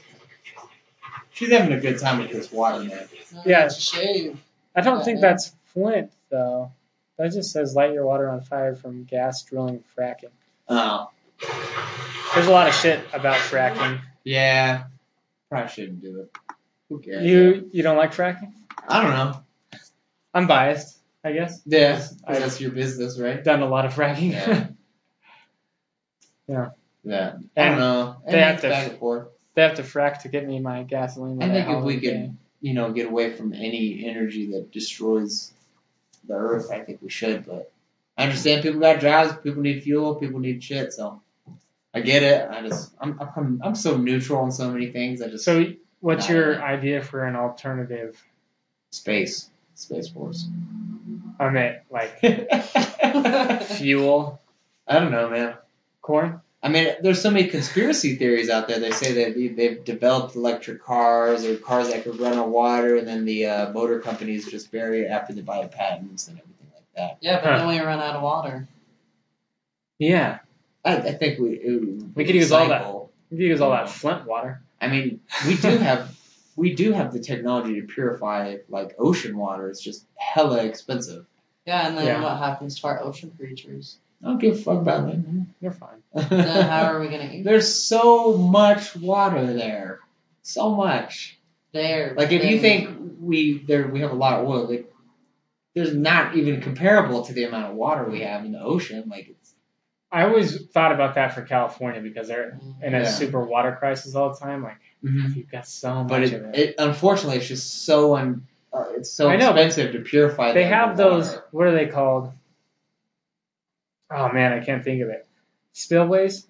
She's having a good time with this water, man. Yeah. It's a shame. I don't Yeah, think yeah. that's Flint though. That just says light your water on fire from gas drilling fracking. Oh, There's a lot of shit about fracking. yeah. Probably shouldn't do it. Who cares? You you don't like fracking? I don't know. I'm biased, I guess. Yeah, 'cause I- that's your business, right? I've done a lot of fracking. Yeah. Yeah. Yeah. I And don't know. I they think have it's to- back and forth. they have to frack to get me my gasoline. I that think if haul we in. could, you know, get away from any energy that destroys the earth, I think we should. But I understand people got jobs, people need fuel, people need shit. So I get it. I just, I'm, I'm, I'm so neutral on so many things. I just So, what's your idea for an alternative? space, space force. I meant like I fuel, don't know, man. corn. I mean, there's so many conspiracy theories out there. They say that they- they've developed electric cars or cars that could run on water, and then the uh, motor companies just bury it after they buy patents and everything like that. Yeah, but Huh. then we run out of water. Yeah, I, I think we it, would We could use all that. recycle. you could use all that Flint water. I mean, we do have we do have the technology to purify like ocean water. It's just hella expensive. Yeah, and then Yeah. what happens to our ocean creatures? I don't give a fuck about that. man. You're fine. then how are we gonna eat There's so much water there, so much. there? Like if you Then- think we there we have a lot of oil, like there's not even comparable to the amount of water we have in the ocean. Like it's I always thought about that for California because they're in a Yeah. Mm-hmm. super water crisis all the time. Like you've got so much but it, of it. it unfortunately it's just so un uh, it's so I know, but expensive to purify. they the have underwater. those. What are they called? Oh man, I can't think of it. Spillways.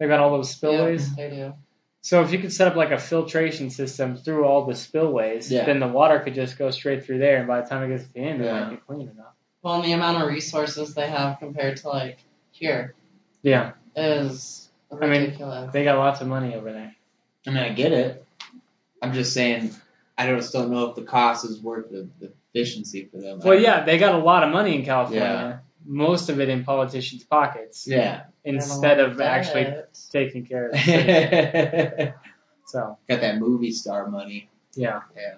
They've got all those spillways. Yeah, they do. So if you could set up like a filtration system through all the spillways, Yeah. then the water could just go straight through there, and by the time it gets to the end, it Yeah. might be clean enough. Well, and the amount of resources they have compared to like here Yeah, is mean, ridiculous. they got lots of money over there. I mean, I get it. I'm just saying, I don't still know if the cost is worth the, the efficiency for them. Well, yeah, they got a lot of money in California. Yeah. Most of it in politicians' pockets Yeah. They're gonna instead want of actually that. taking care of the city. Got so, that movie star money. yeah, Yeah.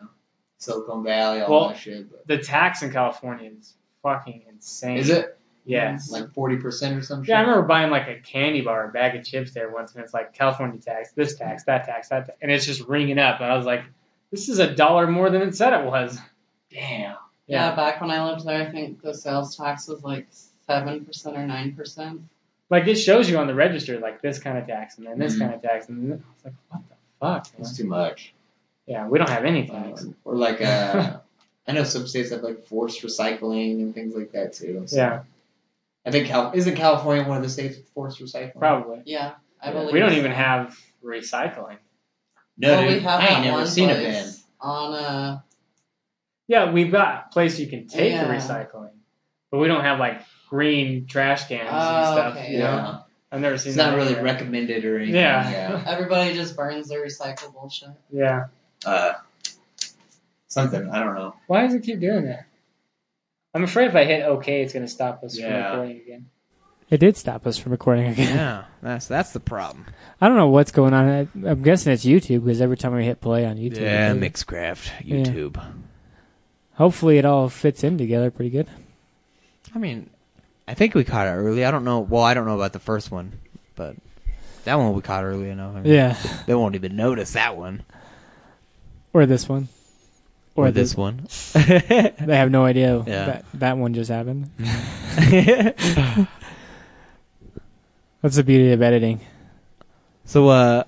Silicon Valley, all Well- that shit. But the tax in California is fucking insane. is it Yes. like 40% or some shit? Yeah, I remember buying like a candy bar, a bag of chips there once, and it's like California tax, this tax, that tax, that, tax, and it's just ringing up. And I was like, this is a dollar more than it said it was. Damn. Yeah, back when I lived there, I think the sales tax was like seven percent or nine percent. Like it shows you on the register, like this kind of tax, and then this Mhm. kind of tax, and then it's like, what the fuck? man? That's too much. Yeah, we don't have any tax. Or like, uh, I know some states have like forced recycling and things like that too. So Yeah, I think, Cal- isn't California one of the states with forced recycling? probably. Yeah, I Yeah, believe. We don't so. even have recycling. No, well, we dude. have I that ain't never one seen a place van. on uh, a Yeah, we've got a place you can take the Yeah. recycling, but we don't have like green trash cans and Oh, stuff. okay, You know, I've never seen. It's not that really anywhere. recommended or anything. Yeah. everybody just burns their recyclable shit. Yeah. Uh, something. I don't know. Why does it keep doing that? I'm afraid if I hit OK, it's going to stop us from Yeah. recording again. It did stop us from recording again. Yeah, that's that's the problem. I don't know what's going on. I, I'm guessing it's YouTube because every time we hit play on YouTube, it does. Mixcraft, Mm-hmm. Yeah. hopefully it all fits in together pretty good. I mean, I think we caught it early. I don't know. Well, I don't know about the first one, but that one we caught early enough. I mean, Yeah. They won't even notice that one Or this one. or, the- this one. They have no idea Yeah. that that one just happened. That's the beauty of editing. so, uh,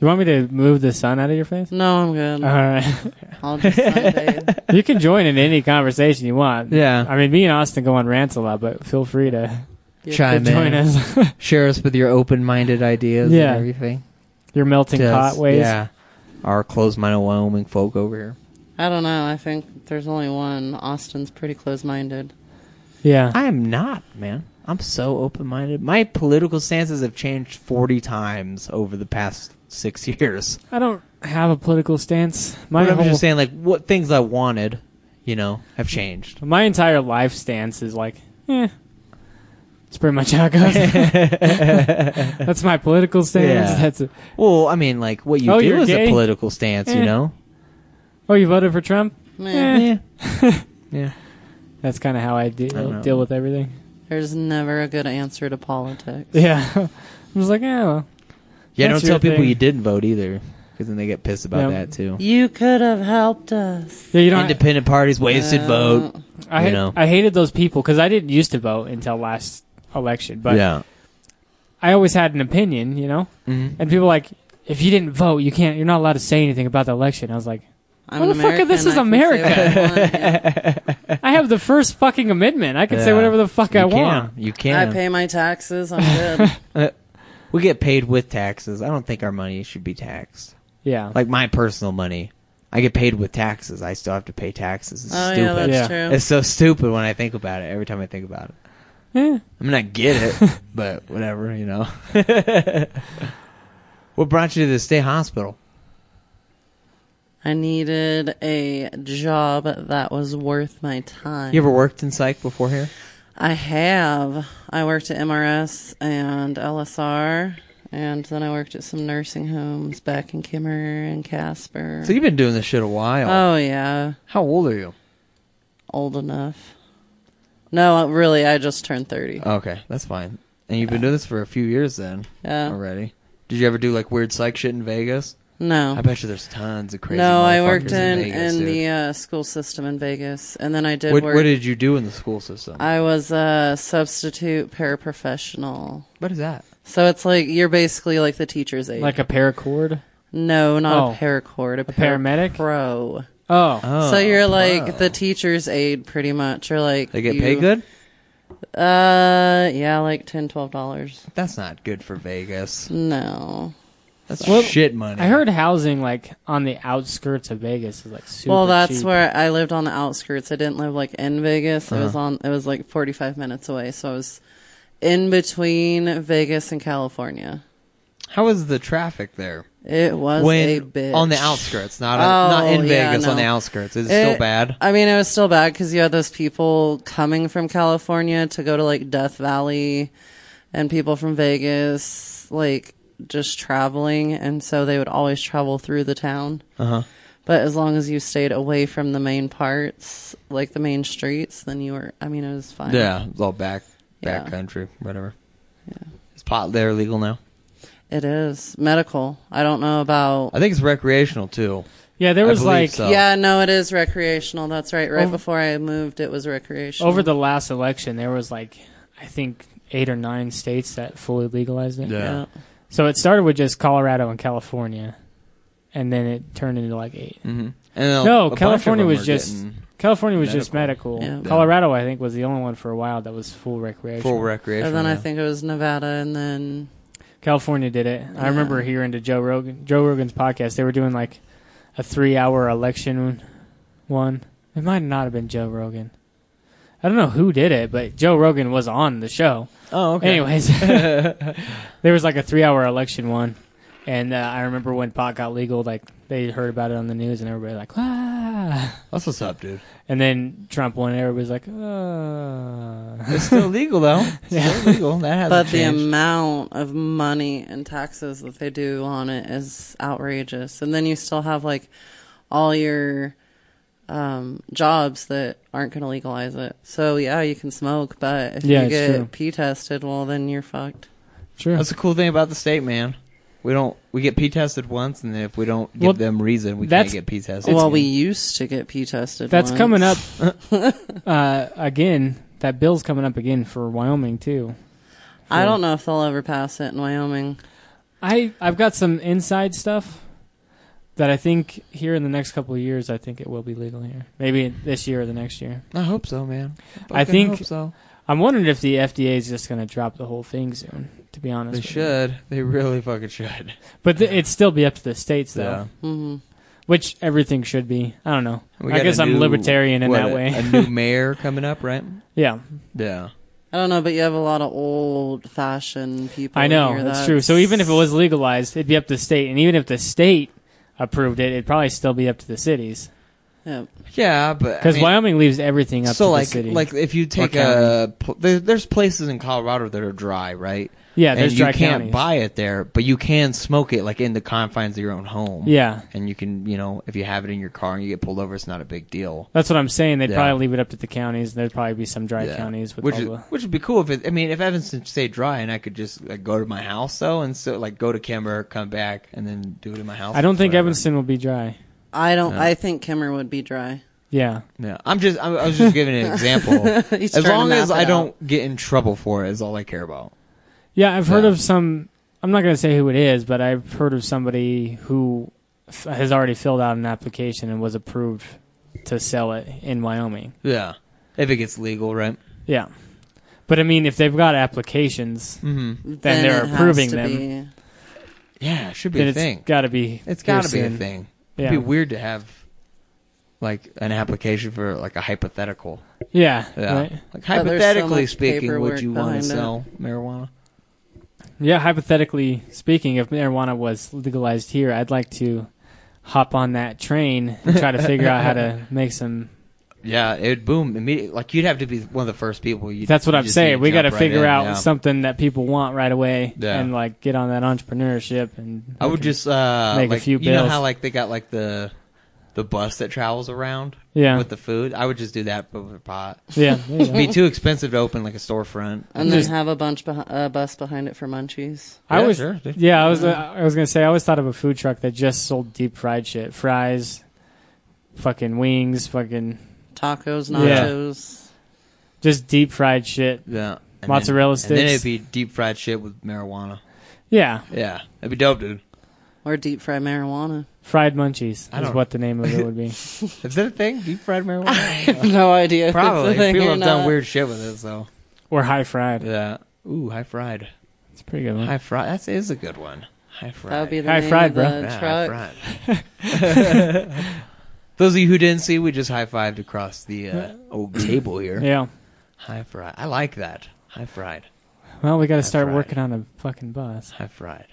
You want me to move the sun out of your face? No, I'm Mm. good. All right. I'll just sunbathe. you can join in any conversation you want. Yeah. I mean, me and Austin go on rants a lot, but feel free to, Yeah, chime to join in. us. Share us with your open-minded ideas Yeah. and everything. Your melting Just- hot ways. Yeah. Our closed-minded Wyoming folk over here. I don't know. I think there's only one. Austin's pretty close-minded. Yeah. I am not, man. I'm so open-minded. My political stances have changed 40 times over the past six years. I don't have a political stance. My But I'm whole, just saying, like, what things I wanted, you know, have changed. my entire life stance is like, eh. It's pretty much how it goes. That's my political stance. Yeah. That's it. Well, I mean, like, what you Oh, do you're is gay? a political stance, Eh. you know? Oh, you voted for Trump? Man, Yeah. yeah. That's kind of how I deal don't know. deal with everything. There's never a good answer to politics. Yeah, I'm just like, yeah, well, Yeah, That's don't your tell people thing. you didn't vote either, because then they get pissed about Yeah. that, too. You could have helped us. yeah, you don't. Independent parties wasted vote. I, you know. I hated those people because I didn't used to vote until last election, but yeah. I always had an opinion, you know. Mhm. And people were like, if you didn't vote, you can't. You're not allowed to say anything about the election. I was like, I'm Well, an the fuck, American, this is I can say what I want, yeah. I have the first fucking amendment. I can say Eh. Yeah. whatever the fuck I you want. Can. You I can. pay my taxes. I'm good. we get paid with taxes. I don't think our money should be taxed. Yeah, like my personal money. I get paid with taxes. I still have to pay taxes. It's oh stupid. yeah, that's Yeah. true. it's so stupid when I think about it. Every time I think about it, Yeah. I mean I get it, but whatever, you know. what brought you to the state hospital? I needed a job that was worth my time. You ever worked in psych before here? I have. I worked at MRS and LSR, and then I worked at some nursing homes back in Kimmer and Casper. So you've been doing this shit a while. oh yeah, How old are you? old enough. No, really, I just turned thirty. Okay, that's fine. And you've been doing this for a few years then Yeah. already. Did you ever do like weird psych shit in Vegas? no, I bet you there's tons of crazy. no, I motherfuckers worked in Vegas, in dude. the uh, school system in Vegas, and then I did What, work. what did you do in the school system? I was a substitute paraprofessional. what is that? So it's like you're basically like the teacher's aide. like a paracord. no, not Oh. a paracord, a, paramedic? pro. Oh, so you're like wow. the teacher's aide, pretty much. Or like They get you- paid good? Uh, yeah, like ten, twelve dollars. That's not good for Vegas. No. That's Well, shit money. I heard housing like on the outskirts of Vegas is like super. well, that's cheap. where I lived on the outskirts. I didn't live like in Vegas. It was Uh-huh. on. It was like 45 minutes away. So I was in between Vegas and California. How was the traffic there? It was a When bitch on the outskirts, not Oh, not in yeah, Vegas, on no. the outskirts. Is it, still It- bad? I mean, it was still bad because you had those people coming from California to go to like Death Valley and people from Vegas, like just traveling. And so they would always travel through the town. Uh-huh. But as long as you stayed away from the main parts, like the main streets, then you were, I mean, it was fine. Yeah, it's all back Yeah. back country, whatever. Yeah. Is pot there legal now? It is medical. I don't know about. I think it's recreational too. yeah, there I was believe like so. Yeah, no, it is recreational. That's right. Right Over- before I moved, it was recreational. over the last election there was like I think eight or nine states that fully legalized it. Yeah. So it started with just Colorado and California, and then it turned into like eight. Mm-hmm. And then a- No, a bunch of California them was are just- getting California was just medical. Medical. Yeah. Colorado, I think, was the only one for a while that was full recreation. full recreational. And then I now. think it was Nevada and then California did it. I remember hearing to Joe Rogan, Joe Rogan's podcast. They were doing like a three-hour election one. It might not have been Joe Rogan. I don't know who did it, but Joe Rogan was on the show. Oh, okay. Anyways, there was like a three-hour election one, and uh, I remember when pot got legal, like they heard about it on the news, and everybody like, ah. That's what's up, dude. And then Trump won, and everybody's like, ah. It's still legal though. It's still legal. That hasn't But the changed. amount of money and taxes that they do on it is outrageous. And then you still have like all your um, jobs that aren't going to legalize it. So yeah, you can smoke, but if Yeah, you it's get true. pee tested, well then you're fucked. Sure. That's the cool thing about the state, man. We don't we get P tested once, and then if we don't give Well, them reason, we that's- can't get P tested. Well, we used to get pee tested. That's once. coming up uh, again. That bill's coming up again for Wyoming too. I don't know if they'll ever pass it in Wyoming. I I've got some inside stuff that I think here in the next couple of years, I think it will be legal here. Maybe this year or the next year. I hope so, man. I Fucking think- hope so. I'm wondering if the FDA is just going to drop the whole thing soon. To be honest, They with you. should. They really fucking should. but th- it'd still be up to the states though, So hmm which everything should be. I don't know. we I got guess a I'm new- libertarian in what, that a- way. a new mayor coming up, right? yeah, Yeah. I don't know, but you have a lot of old fashioned people. I know here that's true. So even if it was legalized, it'd be up to the state, and even if the state approved it, it'd probably still be up to the cities yeah. Yeah, but I because mean, Wyoming leaves everything up so to like the city. like if you take a county. pl- there, there's places in Colorado that are dry, right? yeah, and there's you dry can't counties. buy it there, but you can smoke it like in the confines of your own home. Yeah, and you can you know if you have it in your car and you get pulled over, it's not a big deal. that's what I'm saying. They'd Yeah. probably leave it up to the counties, and there'd probably be some dry Yeah. counties with which all is, the. which would be cool if it, I mean if Evanston stayed dry and I could just like go to my house though and so like go to Kimber, come back, and then do it in my house. I don't think whatever. Evanston will be dry. I don't. Yeah. I think Kimmer would be dry. Yeah, Yeah, I'm just I'm, I was just giving an example. He's as trying to long map as it I out. don't get in trouble for it, is all I care about. yeah. I've heard Yeah. of some. I'm not going to say who it is, but I've heard of somebody who f- has already filled out an application and was approved to sell it in Wyoming. Yeah, if it gets legal, right? Yeah. But I mean, if they've got applications, Mm-hmm. then, they're it has approving to them. be- Yeah, it should be then a thing. it's got to be. It's here got to be a soon. thing. Yeah. It'd be weird to have like an application for like a hypothetical. Yeah. Yeah. right? Like But Oh, there's so hypothetically much speaking, would paperwork you want behind to it. sell marijuana? Yeah, hypothetically speaking, if marijuana was legalized here, I'd like to hop on that train and try to figure out how to make some. Yeah, it would boom immediately. Like you'd have to be one of the first people. You, That's what you I'm just saying. need We got to jump right figure in, out yeah. something that people want right away Yeah. and like get on that entrepreneurship. And I would just uh, Make a like, few You know bills. how like they got like the the bus that travels around yeah, with the food. I would just do that, but with pot. yeah. there you go. It'd be too expensive to open like a storefront. and then Just- have a bunch beh a bus behind it for munchies. I Yeah, was sure, dude. yeah, I was uh, I was gonna say I always thought of a food truck that just sold deep fried shit, fries, fucking wings, fucking Tacos, Yeah. nachos. just deep fried shit. Yeah, and Mozzarella then, And then it'd sticks. be deep fried shit with marijuana. Yeah, Yeah, that'd be dope, dude. Or deep fried marijuana. fried munchies I is don't- what the name of it would be. Is that a thing? Deep fried marijuana? I have no idea. if it's a Probably. thing People or have done not. weird shit with it, so. or high fried. Yeah. Ooh, high fried. It's a pretty good one. High fried. That is a good one. High fried. That would be the High name fried, of bro. the Yeah, truck. high fried. Those of you who didn't see, we just high fived across the uh, old table here. Yeah. High fried. I like that. High fried. Well, we got to start fried. working on a fucking bus. High fried.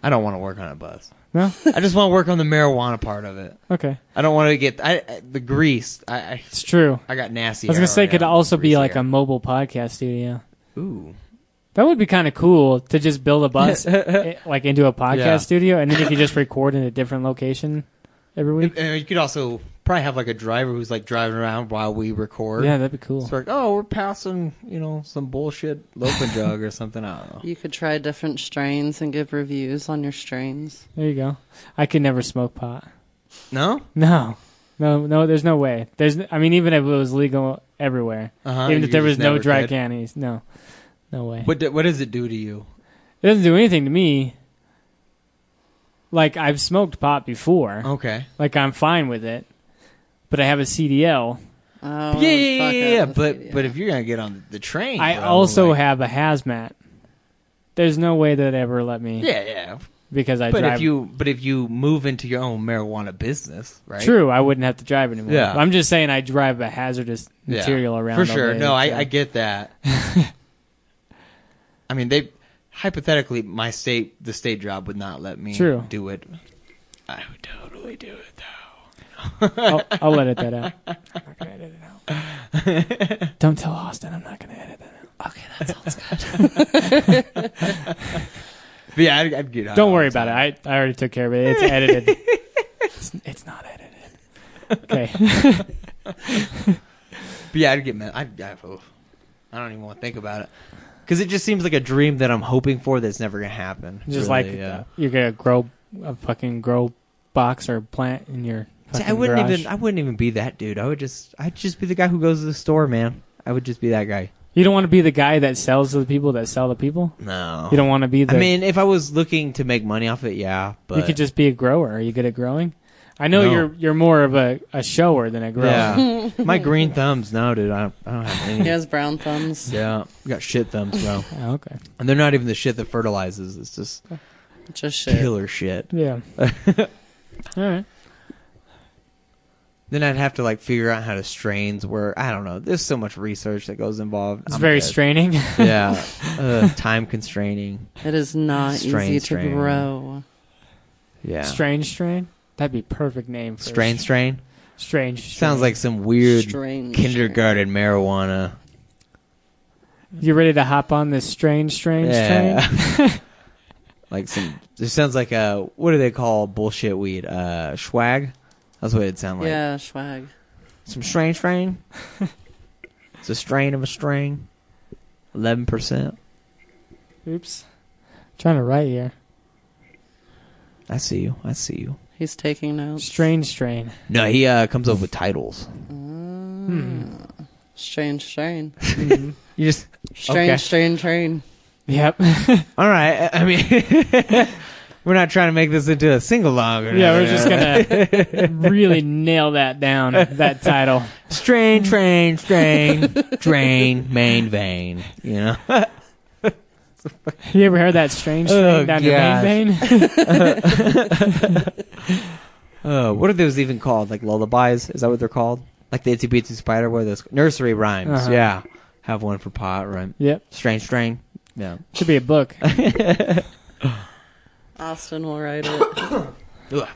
I don't want to work on a bus. No. I just want to work on the marijuana part of it. Okay. I don't want to get I, I- the grease. I, I It's true. I got nasty. I was hair gonna say it could already on also be greasy like a hair. mobile podcast studio. ooh. That would be kind of cool to just build a bus eh, like into a podcast Yeah. studio, and then you could just record in a different location every week. And you could also probably have like a driver who's like driving around while we record. Yeah, that'd be cool. It's like, oh, we're passing, you know, some bullshit lopin jug or something. I don't know. You could try different strains and give reviews on your strains. There you go. I could never smoke pot. No? No, no, no. There's no way. There's. I mean, even if it was legal everywhere, Uh-huh. even you if there was just no never dry could. counties, no, no way. What, do, what does it do to you? It doesn't do anything to me. Like I've smoked pot before. Okay. Like I'm fine with it, but I have a CDL. Oh, yeah, yeah, yeah, fuck yeah, it. yeah. Let's But see, but if you're gonna get on the train, I bro, also like- have a hazmat. There's no way that ever let me Yeah, yeah. because I but drive. if you but if you move into your own marijuana business, right? True, I wouldn't have to drive anymore. Yeah. I'm just saying I drive a hazardous Yeah. material around for all sure. day, no, so- I, I get that. I mean, they hypothetically, my state, the state job would not let me True. do it. I would totally do it though. I'll, I'll edit that out. I'm not gonna edit it out. Don't tell Austin I'm not gonna edit that out. But yeah, I'd, I'd get. high Don't all worry the about time. it. I, I already took care of it. It's edited. it's, it's not edited. Okay. But yeah, I'd get mad. I'd, I, oof. I don't even want to think about it because it just seems like a dream that I'm hoping for that's never gonna happen. Just really, like yeah. you're gonna grow a fucking grow box or plant in your. See, I fucking wouldn't garage. even. I wouldn't even be that dude. I would just. I'd just be the guy who goes to the store, man. I would just be that guy. You don't want to be the guy that sells to the people that sell to people. No, You don't want to be the. I mean, if I was looking to make money off it, yeah, but you could just be a grower. Are you good at growing? I know No. you're you're more of a, a shower than a grower. yeah. My green thumbs, no, dude. I don't, I don't have any. He has brown thumbs. Yeah, we got shit thumbs, bro. Oh, okay. and they're not even the shit that fertilizes. It's just Just shit. killer shit. Yeah. All right. Then I'd have to like figure out how to strains work. I don't know. There's so much research that goes involved. It's I'm very good. straining. Yeah, uh, time constraining. It is not Strain, easy strain. to grow. Yeah, Strange strain. That'd be perfect name. For strain, strain. Strange. Sounds like some weird Strange. kindergarten marijuana. you ready to hop on this strange strange strain? like some. It sounds like a what do they call bullshit weed? Uh, swag. That's what it sound like. yeah, swag. Some strain strain. it's a strain of a strain. Eleven percent. Oops. trying to write here. I see you. I see you. He's taking notes. Strange strain. No, he uh, comes up with titles. Hmm. Strange Mm. strain. You just Strange Okay. strain train. Yep. all right. I I mean, we're not trying to make this into a single log. Or yeah, nothing. we're just gonna really nail that down. That title. strain, train, strain, drain, main vein. You know. You ever heard that strange strain Oh, down your main vein? Uh, what are those even called? Like lullabies? Is that what they're called? Like the Itsy Bitsy Spider? What are those? Nursery rhymes. Uh-huh. Yeah. Have one for pot, right? yep. Strain, strain. Yeah. Should be a book. Austin will write it. Ugh.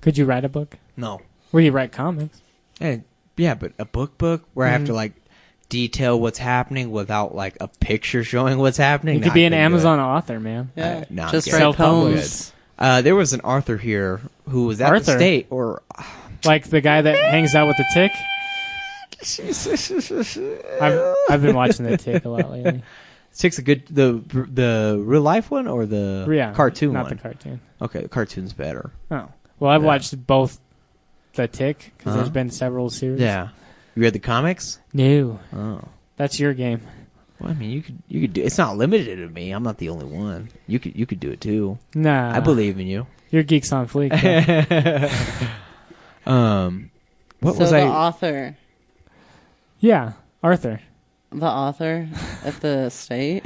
Could you write a book? No. Well, you write comics. And, yeah, but a book book where I have to Mm-hmm. like detail what's happening without like a picture showing what's happening. You could Not be an gonna do Amazon author, man. Yeah. nah, I'm Just good. write Self-published. poems. it. Uh, there was an Arthur here who was at the Arthur? state or Like the guy that hangs out with the tick. I've I've been watching the tick a lot lately. six a good the the real life one or the Yeah, cartoon not one. the cartoon. okay, the cartoon's better. Oh, well, I've Yeah. watched both the tick because Uh-huh. there's been several series. Yeah. You read the comics? no, Oh. that's your game. Well, I mean, you could you could do. It's not limited to me. I'm not the only one. You could you could do it too. Nah, I believe in you. you're geeks on fleek. though. Um, what so was the I? author. yeah, Arthur. The author at the state.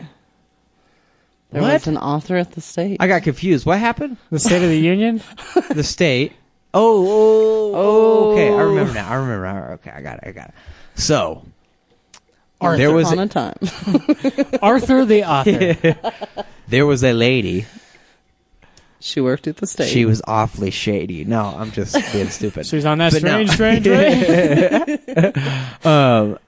There What? was an author at the state. I got confused. What happened? The State of the Union. The state. Oh, oh, oh, okay. I remember now. I remember. now. Okay, I got it. I got it. So Once there was upon a, a time. Arthur the author. there was a lady. she worked at the state. She was awfully shady. No, I'm just being stupid. She was on that But no. strange, strange way. Um,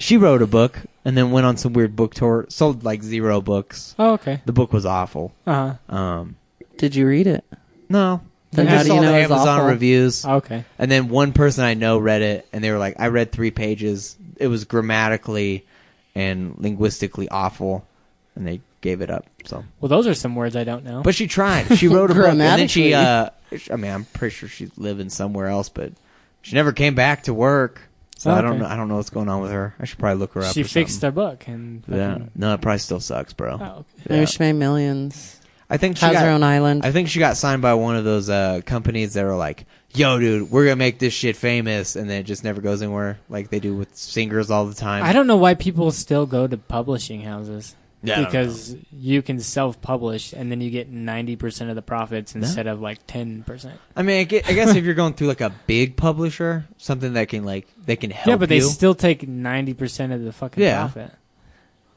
she wrote a book and then went on some weird book tour. Sold like zero books. oh, okay. The book was awful. Uh Um, Did you read it? no. Then I how just do you saw know the it's Amazon awful? reviews, huh. Okay. and then one person I know read it, and they were like, "I read three pages. It was grammatically and linguistically awful," and they gave it up. So, Well, those are some words I don't know. but she tried. She wrote a book, and then she. Grammatically. Uh, I mean, I'm pretty sure she's living somewhere else, but she never came back to work. So I don't Okay. know. I don't know what's going on with her. I should probably look her up. she or fixed something. her book and. Yeah. fucking- No, it probably still sucks, bro. Oh, okay. Yeah. Maybe she made millions. I think she Has got, her own island. I think she got signed by one of those uh, companies that are like, "Yo, dude, we're gonna make this shit famous," and then it just never goes anywhere, like they do with singers all the time. I don't know why people still go to publishing houses. Yeah, I don't because you can self-publish and then you get 90% of the profits instead of like 10%. I mean, I gue- I guess if you're going through like a big publisher, something that can like they can help. yeah, but they you. still take 90% of the fucking Yeah. profit.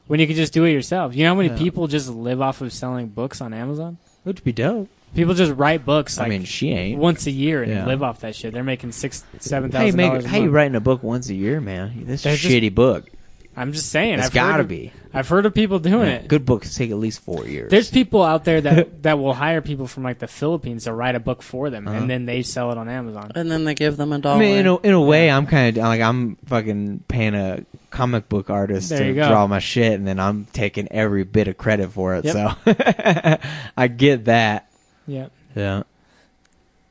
When you can just do it yourself. You know how many Yeah. people just live off of selling books on Amazon? would be dope. People just write books like I mean, she ain't. once a year and Yeah. live off that shit. They're making six, seven How you thousand make? dollars. a How you month. writing a book once a year, man? This is a They're just- shitty book. I'm just saying. It's I've heard gotta of- be. I've heard of people doing it. Good books take at least four years. There's people out there that that will hire people from like the Philippines to write a book for them, Uh-huh. and then they sell it on Amazon. And then they give them a dollar. I mean, in a, in a way, I'm kind of like I'm fucking paying a comic book artist There to you go. draw my shit, and then I'm taking every bit of credit for it. Yep. So I get that. Yeah, Yeah,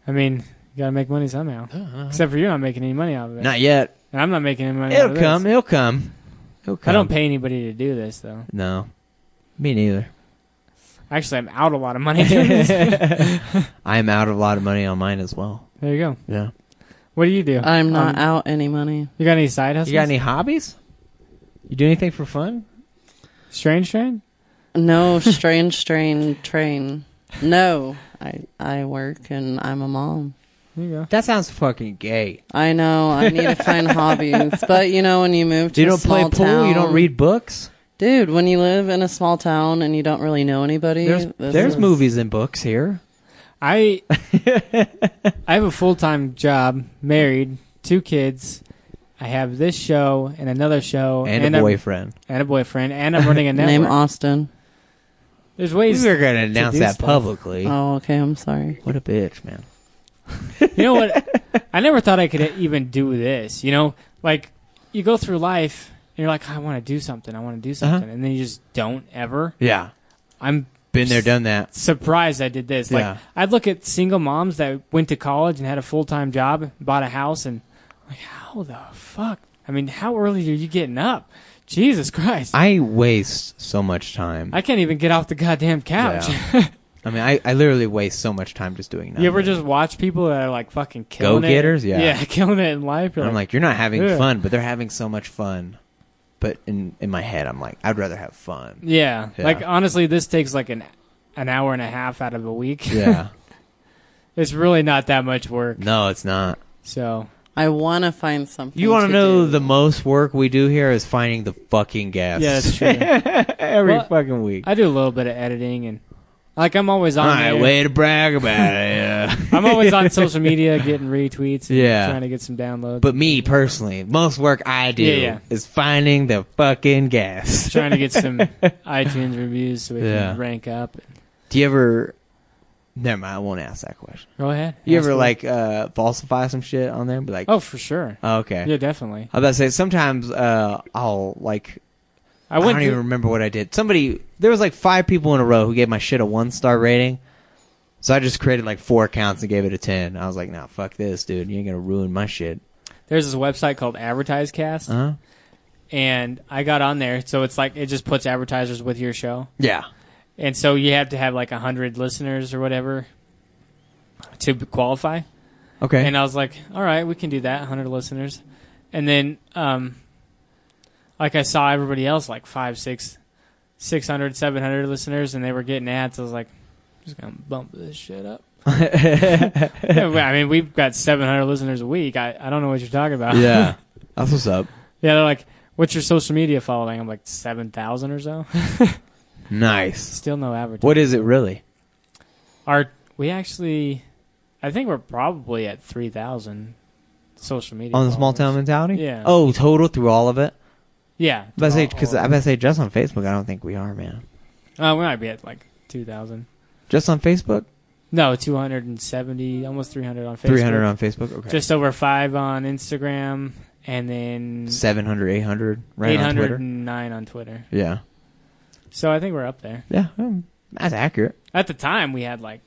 I mean, you gotta make money somehow. Uh-huh. Except for you're not making any money out of it, not yet. and I'm not making any money. out It'll of this. come. It'll come. It'll come. I don't pay anybody to do this though. No, me neither. Actually, I'm out a lot of money doing this. there I'm out a lot of money on mine as well. you go. Yeah. What do you do? I'm not Um, out any money. You got any side hustles? Uh, You got any hobbies? You do anything for fun? strange train? No strange strain train. No, I I work and I'm a mom. There you go. That sounds fucking gay. I know I need to find hobbies, but you know when you move to You a don't play small pool. town, You don't read books. Dude, when you live in a small town and you don't really know anybody, There's this there's is- movies and books here. I I have a full time job, married, two kids. I have this show and another show and, a boyfriend. and a boyfriend, and I'm running a network. Name Austin. There's ways. we were gonna announce do that stuff. publicly. Oh, okay. I'm sorry. What a bitch, man. You know what? I never thought I could even do this. You know, like you go through life and you're like, I want to do something. I want Uh-huh. to do something, and then you just don't ever. Yeah. I'm Been there, done that. surprised I did this. Like Yeah. I'd look at single moms that went to college and had a full time job, bought a house, and like, how the fuck? I mean, how early are you getting up? Jesus Christ! I, I waste so much time. can't even get off the goddamn couch. Yeah. I mean, I, I literally waste so much time just doing nothing. you ever just watch people that are like fucking killing Go-getters? it? Yeah. yeah, killing it in life. You're I'm like, you're not having Yeah. fun, but they're having so much fun. But in in my head, I'm like, I'd rather have fun. Yeah. Yeah. Like honestly, this takes like an an hour and a half out of a week. Yeah. it's really not that much work. no, it's not. So I want to find something. You want to know do. the most work we do here is finding the fucking guests. yeah, that's true. Every Well, fucking week. I do a little bit of editing and like I'm always on. All right, there. way to brag about it. Yeah. I'm always on social media getting retweets. And Yeah. Trying to get some downloads. But me personally, most work I do Yeah, yeah. is finding the fucking gas. trying to get some iTunes reviews so we Yeah. can rank up. do you ever? Never mind. I won't ask that question. Go ahead. You Ask ever me. like uh, falsify some shit on there? and Be like, Oh, for sure. oh, okay. Yeah, definitely. I was about to say sometimes uh, I'll like I I, went. don't through- even remember what I did. Somebody there was like five people in a row who gave my shit a one star rating. So I just created like four accounts and gave it a ten. I was like, nah, fuck this, dude. You ain't gonna ruin my shit. there's this website called AdvertiseCast, Huh? and I got on there. So it's like it just puts advertisers with your show. Yeah. and so you have to have like 100 listeners or whatever to b- qualify Okay. and i was like all right we can do that 100 listeners and then um like i saw everybody else like five six 600 700 listeners and they were getting ads i was like i'm just gonna bump this shit up Yeah, well, i mean we've got 700 listeners a week i, I don't know what you're talking about yeah. That's what's up. yeah they're like what's your social media following i'm like 7000 or so Nice. still no advertising What is it really? Our we actually, I think we're probably at three thousand social media on the small town followers. mentality. Yeah. Oh, total through all of it. Yeah, But I say All- because I bet I say just on Facebook. I don't think we are, man. uh, we might be at like two thousand. Just on Facebook, No, two hundred and seventy, almost three hundred on Facebook. three hundred on Facebook. Okay. just over five on Instagram, and then 700, 800, right eight on hundred Twitter. and nine on Twitter. Yeah. So I think we're up there. Yeah. um, that's accurate. At the time, we had like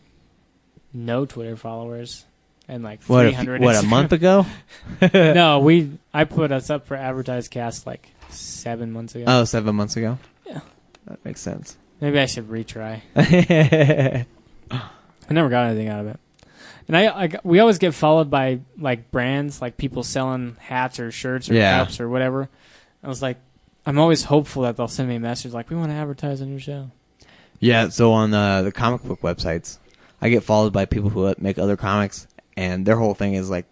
no Twitter followers and like What? three A, few- hundred. what a month ago? no, we I put us up for advertised cast like seven months ago. Oh, seven months ago. Yeah. That makes sense. Maybe I should retry. yeah. I never got anything out of it. And I, I got- we always get followed by like brands, like people selling hats or shirts or Yeah. cups or whatever. I was like, I'm always hopeful that they'll send me a message like, "We want to advertise on your show." So on uh, the the comic book websites, I get followed by people who uh, make other comics, and their whole thing is like,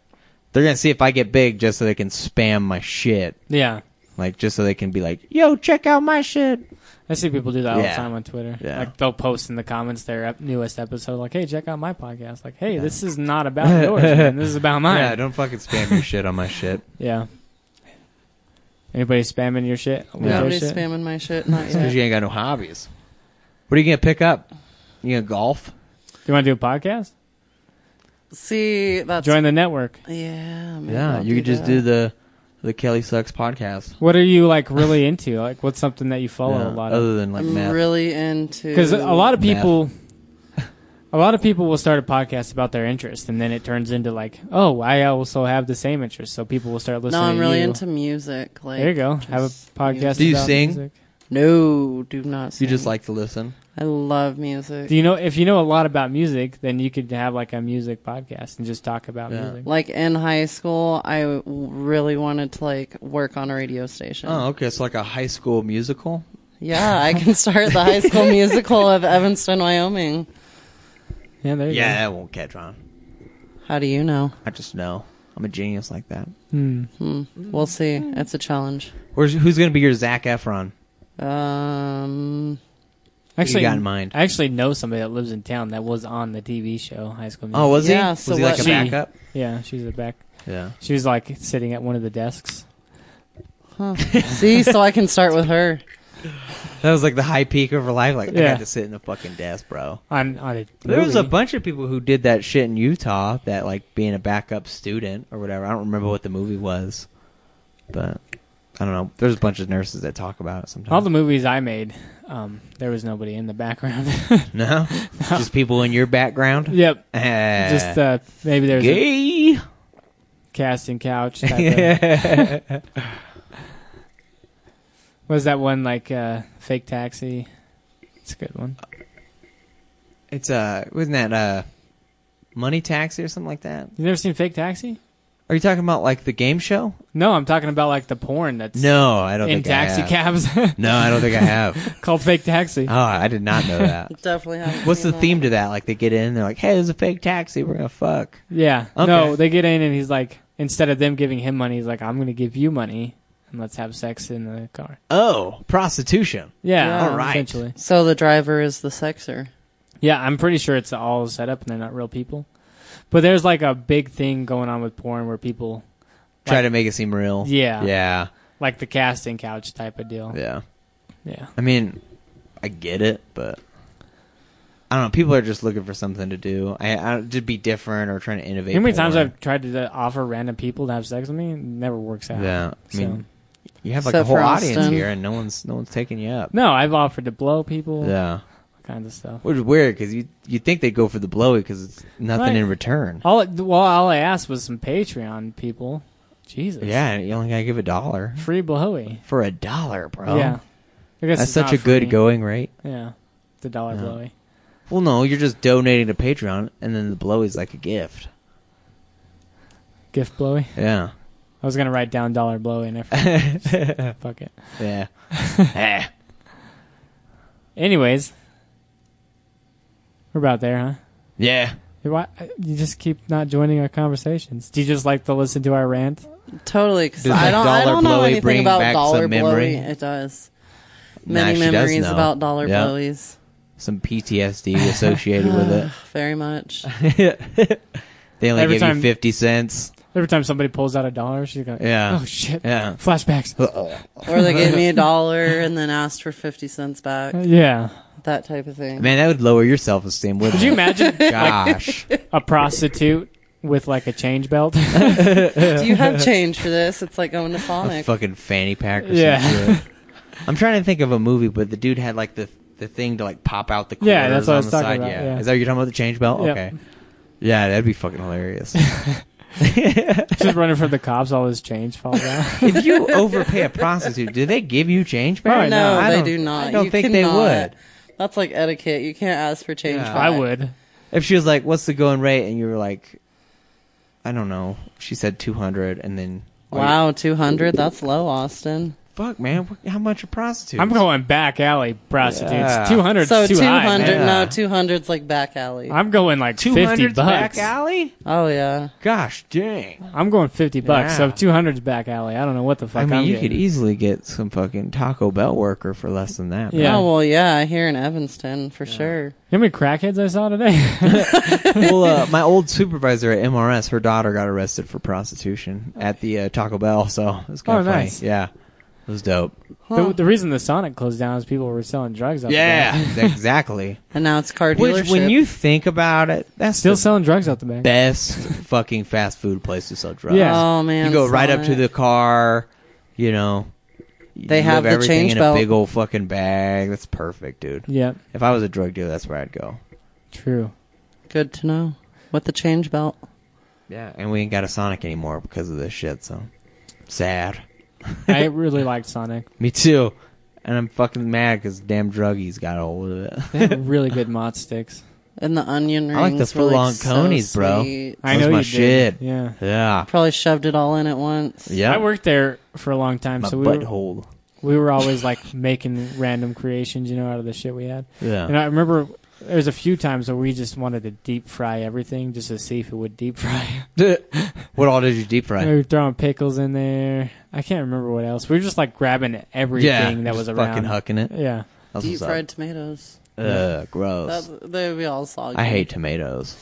they're gonna see if I get big just so they can spam my shit, Yeah, like just so they can be like, yo, check out my shit. I see people do that all the Yeah. time on Twitter. Yeah. Like they'll post in the comments their ep- newest episode, like, "Hey, check out my podcast." Like, "Hey, this is not about yours, man. This is about mine." Yeah, don't fucking spam your shit on my shit. Yeah. Anybody spamming your shit? with Yeah. their Nobody's shit? spamming my shit. Not Because yet. you ain't got no hobbies. What are you gonna pick up? You gonna golf? Do you want to do a podcast? See, that's Join the network. yeah. maybe Yeah, I'll you could just that. do the the Kelly sucks podcast. What are you like really into? Like, what's something that you follow Yeah, uh, a lot of? other than like I'm math. really into Because a lot of Math. people, a lot of people will start a podcast about their interest, and then it turns into like, oh, I also have the same interest, so people will start listening. No, I'm to really you. into music. Like There you go. Have a just podcast. Do you about sing? music. No, do not. you just sing. like to listen. I love music. Do you know if you know a lot about music, then you could have like a music podcast and just talk about Yeah. music. like in high school, I w- really wanted to like work on a radio station. Oh, okay. It's like a high school musical. Yeah, I can start the High School Musical of Evanston, Wyoming. Yeah, there you Yeah, go. that won't catch on. How do you know? I just know. I'm a genius like that. Hmm. We'll see. Hmm. It's a challenge. Where's, who's gonna be your Zach Efron? Um, Actually, got in mind? I actually know somebody that lives in town that was on the TV show High School Musical. Oh, was he? Yeah, was so he like what- a She- backup? yeah, she's a back. Yeah. She was like sitting at one of the desks. see, so I can start with her. That was like the high peak of her life. Like I Yeah. got to sit in the fucking desk, bro. on on a There was a movie. bunch of people who did that shit in Utah. That like being a backup student or whatever. I don't remember what the movie was, but I don't know. There's a bunch of nurses that talk about it sometimes. all the movies I made. Um, there was nobody in the background. no, just people in your background. yep, Eh, just uh, maybe there's a gay. casting couch. Type of, was that one like uh, fake taxi? It's a good one. It's uh, wasn't that uh, Money Taxi or something like that? You never seen Fake Taxi? Are you talking about like the game show? No, I'm talking about like the porn that's No, I don't in think I taxi have. cabs No, I don't think I have. called Fake Taxi. oh, I did not know that. Definitely. haven't What's seen the that. theme to that? Like they get in, they're like, "Hey, there's a fake taxi. We're gonna fuck." yeah, Okay. no, they get in and he's like, instead of them giving him money, he's like, I'm gonna give you money and let's have sex in the car. Oh, prostitution. Yeah, Yeah. All right. essentially. So the driver is the sexer. Yeah, I'm pretty sure it's all set up and they're not real people. But there's like a big thing going on with porn where people Try Like- to make it seem real. Yeah. yeah, like the casting couch type of deal. yeah. Yeah. I mean, I get it, but I don't know. People are just looking for something to do. I, I to be different or trying to innovate. How many times porn. I've tried to uh, offer random people to have sex with me? It never works out. Yeah, I mean, you have like Except a whole for audience Austin. here, and no one's no one's taking you up. no, I've offered to blow people, yeah. Yeah, kinds of stuff. which is weird because you you think they go for the blowy because it's nothing Right. in return. All well, all I asked was some Patreon people. Jesus, Yeah, and you only gotta give a dollar free blowy. for a dollar, bro. Yeah, I guess that's it's such not a good free. going rate. Yeah, the dollar blowy. Well, no, you're just donating to Patreon, and then the blowy's like a gift. Gift blowy. Yeah, I was gonna write down dollar blowy and I forgot. fuck it. yeah. Eh. Anyways, we're about there, huh? yeah. Hey, Why you just keep not joining our conversations? Do you just like to listen to our rant? Totally, because Does, I like, don't, I Dollar don't know Blowy anything bring about back dollar some memory? blowy. It does. Nah, Many she does memories know. about dollar Yeah. blowies. Some PTSD associated with it. Very much. They only Every give time- you fifty cents. Every time somebody pulls out a dollar, she's going, Yeah. oh shit, Yeah. flashbacks." or they gave me a dollar and then asked for 50 cents back. yeah. That type of thing. Man, that would lower your self esteem, wouldn't Could you it? imagine Gosh. a prostitute with like a change belt? Do you have change for this? It's like going to a Sonic. fucking fanny pack or Yeah. something. I'm trying to think of a movie, but the dude had like the the thing to like pop out the quarters Yeah, that's what on I was the talking side. about, yeah. yeah. Is that what you're talking about the change belt? Yep. Okay. Yeah, that'd be fucking hilarious. just running from the cops, all his change falls out. if you overpay a prostitute, do they give you change back? Probably no, I they don't- do not. I don't You think cannot. they would. That's like etiquette. You can't ask for change. Yeah. I back. would. If she was like, "What's the going rate?" and you were like, "I don't know," she said two hundred, and then "Oh, Wow, 200? That's low, Austin. fuck, man, wh- how much a prostitute? I'm going back alley prostitutes. Yeah. 200 So too 200, high. man. Yeah. no, 200's like back alley. I'm going like 50 200 bucks. back alley. oh, yeah. Gosh dang! I'm going 50 bucks. So Yeah. if 200's back alley, I don't know what the fuck I mean, am you getting. could easily get some fucking Taco Bell worker for less than that. Yeah. Oh, well, yeah, here in Evanston, for sure. You know how many crackheads I saw today? well, uh, my old supervisor at MRS, her daughter got arrested for prostitution at the uh, Taco Bell, so it was kind Oh, of funny. nice. Yeah, was dope. The, the reason the Sonic closed down is people were selling drugs. Up the back. exactly. And now it's car dealership. Which, when you think about it, that's still the selling drugs out the back. best fucking fast food place to sell drugs. Yeah. oh man, you go right up Sonic. to the car. You know, They have the everything change in belt. a big old fucking bag. That's perfect, dude. Yeah, If I was a drug dealer, that's where I'd go. true. Good to know. With the change belt. Yeah, and we ain't got a Sonic anymore because of this shit. So sad. I really liked Sonic. Me too. And I'm fucking mad because damn druggies got a hold of it. They had really good mod sticks. And the onion rings. I like the were, full-on so conies, bro. sweet. I Those know my you shit. Did. Yeah. Yeah. Probably shoved it all in at once. Yeah. I worked there for a long time, my so we were, butthole. we were always like making random creations, you know, out of the shit we had. Yeah. And I remember there was a few times where we just wanted to deep fry everything just to see if it would deep fry. what all did you deep fry? We were throwing pickles in there. I can't remember what else. We were just like grabbing everything that just was fucking around. hucking it. Yeah. That's Deep what's up. fried tomatoes. Ugh, gross. That's, they we all soggy. I hate tomatoes.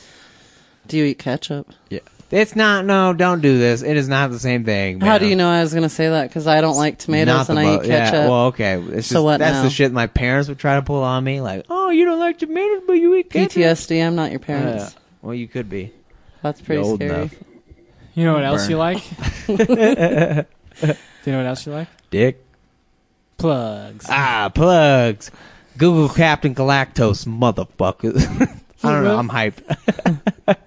Do you eat ketchup? Yeah, it's not. No, don't do this. It is not the same thing. How man. do you know I was going to say that? Because I don't like Not tomatoes the and I bo- eat ketchup. Yeah, well, okay. It's So just- what That's now? the shit my parents would try to pull on me. Like, oh, you don't like tomatoes, but you eat ketchup. PTSD. I'm not your Yeah. parents. well, you could be. That's You're pretty old scary. enough. You know what else Burn. you like? Do you know what else you like? Dick. Plugs. Ah, plugs. Google Captain Galactose, motherfuckers. I don't know. I'm hyped.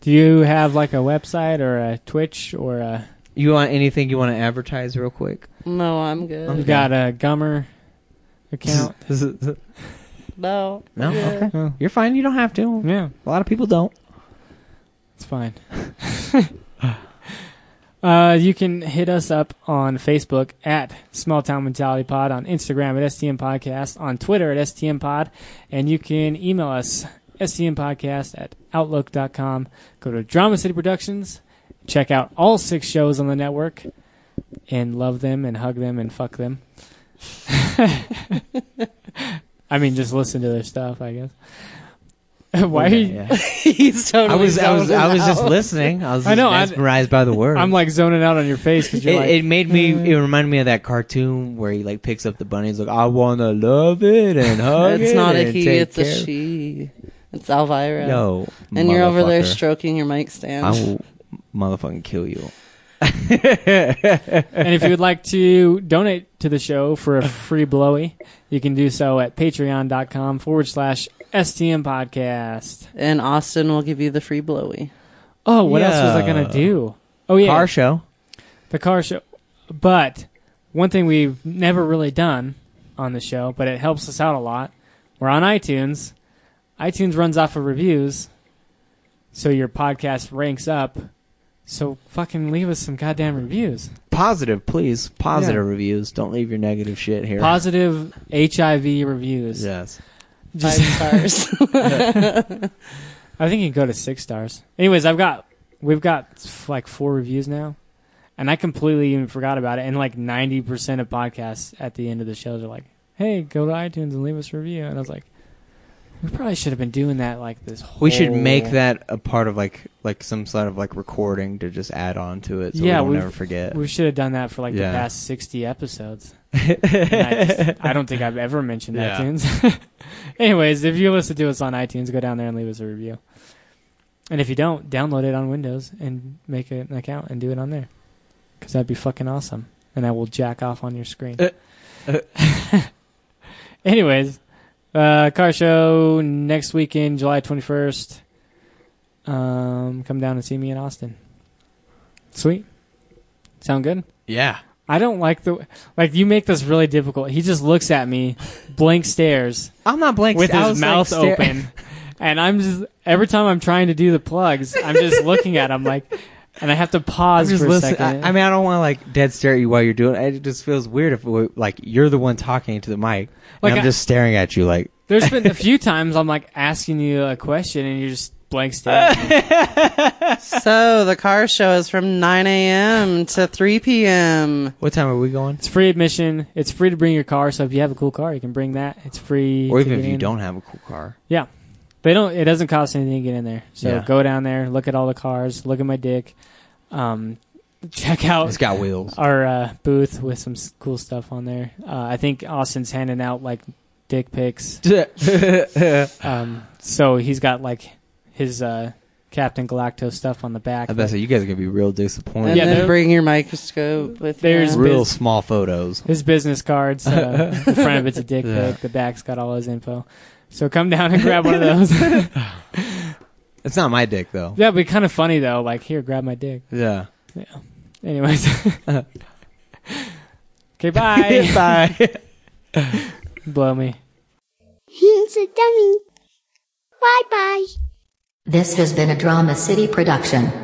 Do you have like a website or a Twitch or a? You want anything you want to advertise real quick? No, I'm good. You got a Gummer account? No. no? Okay. You're fine. You don't have to. yeah, A lot of people don't. it's fine. uh, you can hit us up on Facebook at Small Town Mentality Pod, on Instagram at STM Podcast, on Twitter at STM Pod, and you can email us STM Podcast at outlook.com. Go to Drama City Productions, check out all six shows on the network, and love them and hug them and fuck them. I mean, just listen to their stuff, I guess. Why? are you, Yeah. He's I totally. was I was zoning I was out. just listening. I was I just know, I- mesmerized by the word. I'm like zoning out on your face because it, you're like, hmm. it made me. It reminded me of that cartoon where he like picks up the bunny. He's like, I wanna love it and hug It's it not a and he. take It's a care of-" she. It's Elvira. Yo, and you're over there motherfucker. stroking your mic stand. I will motherfucking kill you. and if you would like to donate to the show for a free blowy, you can do so at patreon.com forward slash STM podcast. and Austin will give you the free blowy. Oh, what else was I going Yeah. to do? Oh, yeah. Car show. the car show. But one thing we've never really done on the show, but it helps us out a lot. We're on iTunes. iTunes runs off of reviews, so your podcast ranks up. So fucking leave us some goddamn reviews. Positive, please. Positive reviews. Don't leave your negative shit here. Positive HIV reviews. Yes. Five stars. I think you can go to six stars. Anyways, I've got we've got f- like four reviews now, and I completely even forgot about it. And like ninety percent of podcasts at the end of the shows are like, "Hey, go to iTunes and leave us a review." And I was like, "We probably should have been doing that like this." Whole... We should make that a part of like like some sort of like recording to just add on to it. So Yeah, we we've- will never forget. We should have done that for like Yeah. the past sixty episodes. And I, just- I don't think I've ever mentioned Yeah. iTunes. Anyways, if you listen to us on iTunes, go down there and leave us a review. And if you don't, download it on Windows and make an account and do it on there. Because that'd be fucking awesome. And I will jack off on your screen. Uh, uh. Anyways, uh, car show next weekend, July 21st. Um, come down and see me in Austin. Sweet. Sound good? yeah. I don't like the like you make this really difficult. He just looks at me, blank stares I'm not blank. with I his was, like, mouth stare- open, and I'm just every time I'm trying to do the plugs, I'm just looking at him like, and I have to I'm pause just for a listening. second. I, I mean, I don't want to like dead stare at you while you're doing it. It just feels weird if we, like you're the one talking to the mic, Like, and I'm I- just staring at you like. There's been a few times I'm like asking you a question, and you're just blank staring. at me. so the car show is from 9 a.m. to 3 p.m. What time are we going? It's free admission. It's free to bring your car. So if you have a cool car, you can bring that. It's free. Or to even get if you in. don't have a cool car. Yeah. They don't it doesn't cost anything to get in there. So Yeah. go down there, look at all the cars, look at my dick. Um check out Oh. It's got wheels. our uh, booth with some s- cool stuff on there. Uh, I think Austin's handing out like dick pics. I Um, so he's got like his uh, Captain Galacto stuff on the back. bet you guys are gonna be real And disappointed. Yeah, then there- bring your microscope with There's you. been- real small photos. his business cards. Uh, the front of it's a dick Yeah. pic. The back's got all his info. So come down and grab one of those. It's not my dick though. That'd be kind of funny though. Like here, grab my dick. Yeah. Anyways. okay, bye. Bye. Blow me. He's a dummy. Bye bye. This has been a Drama City production.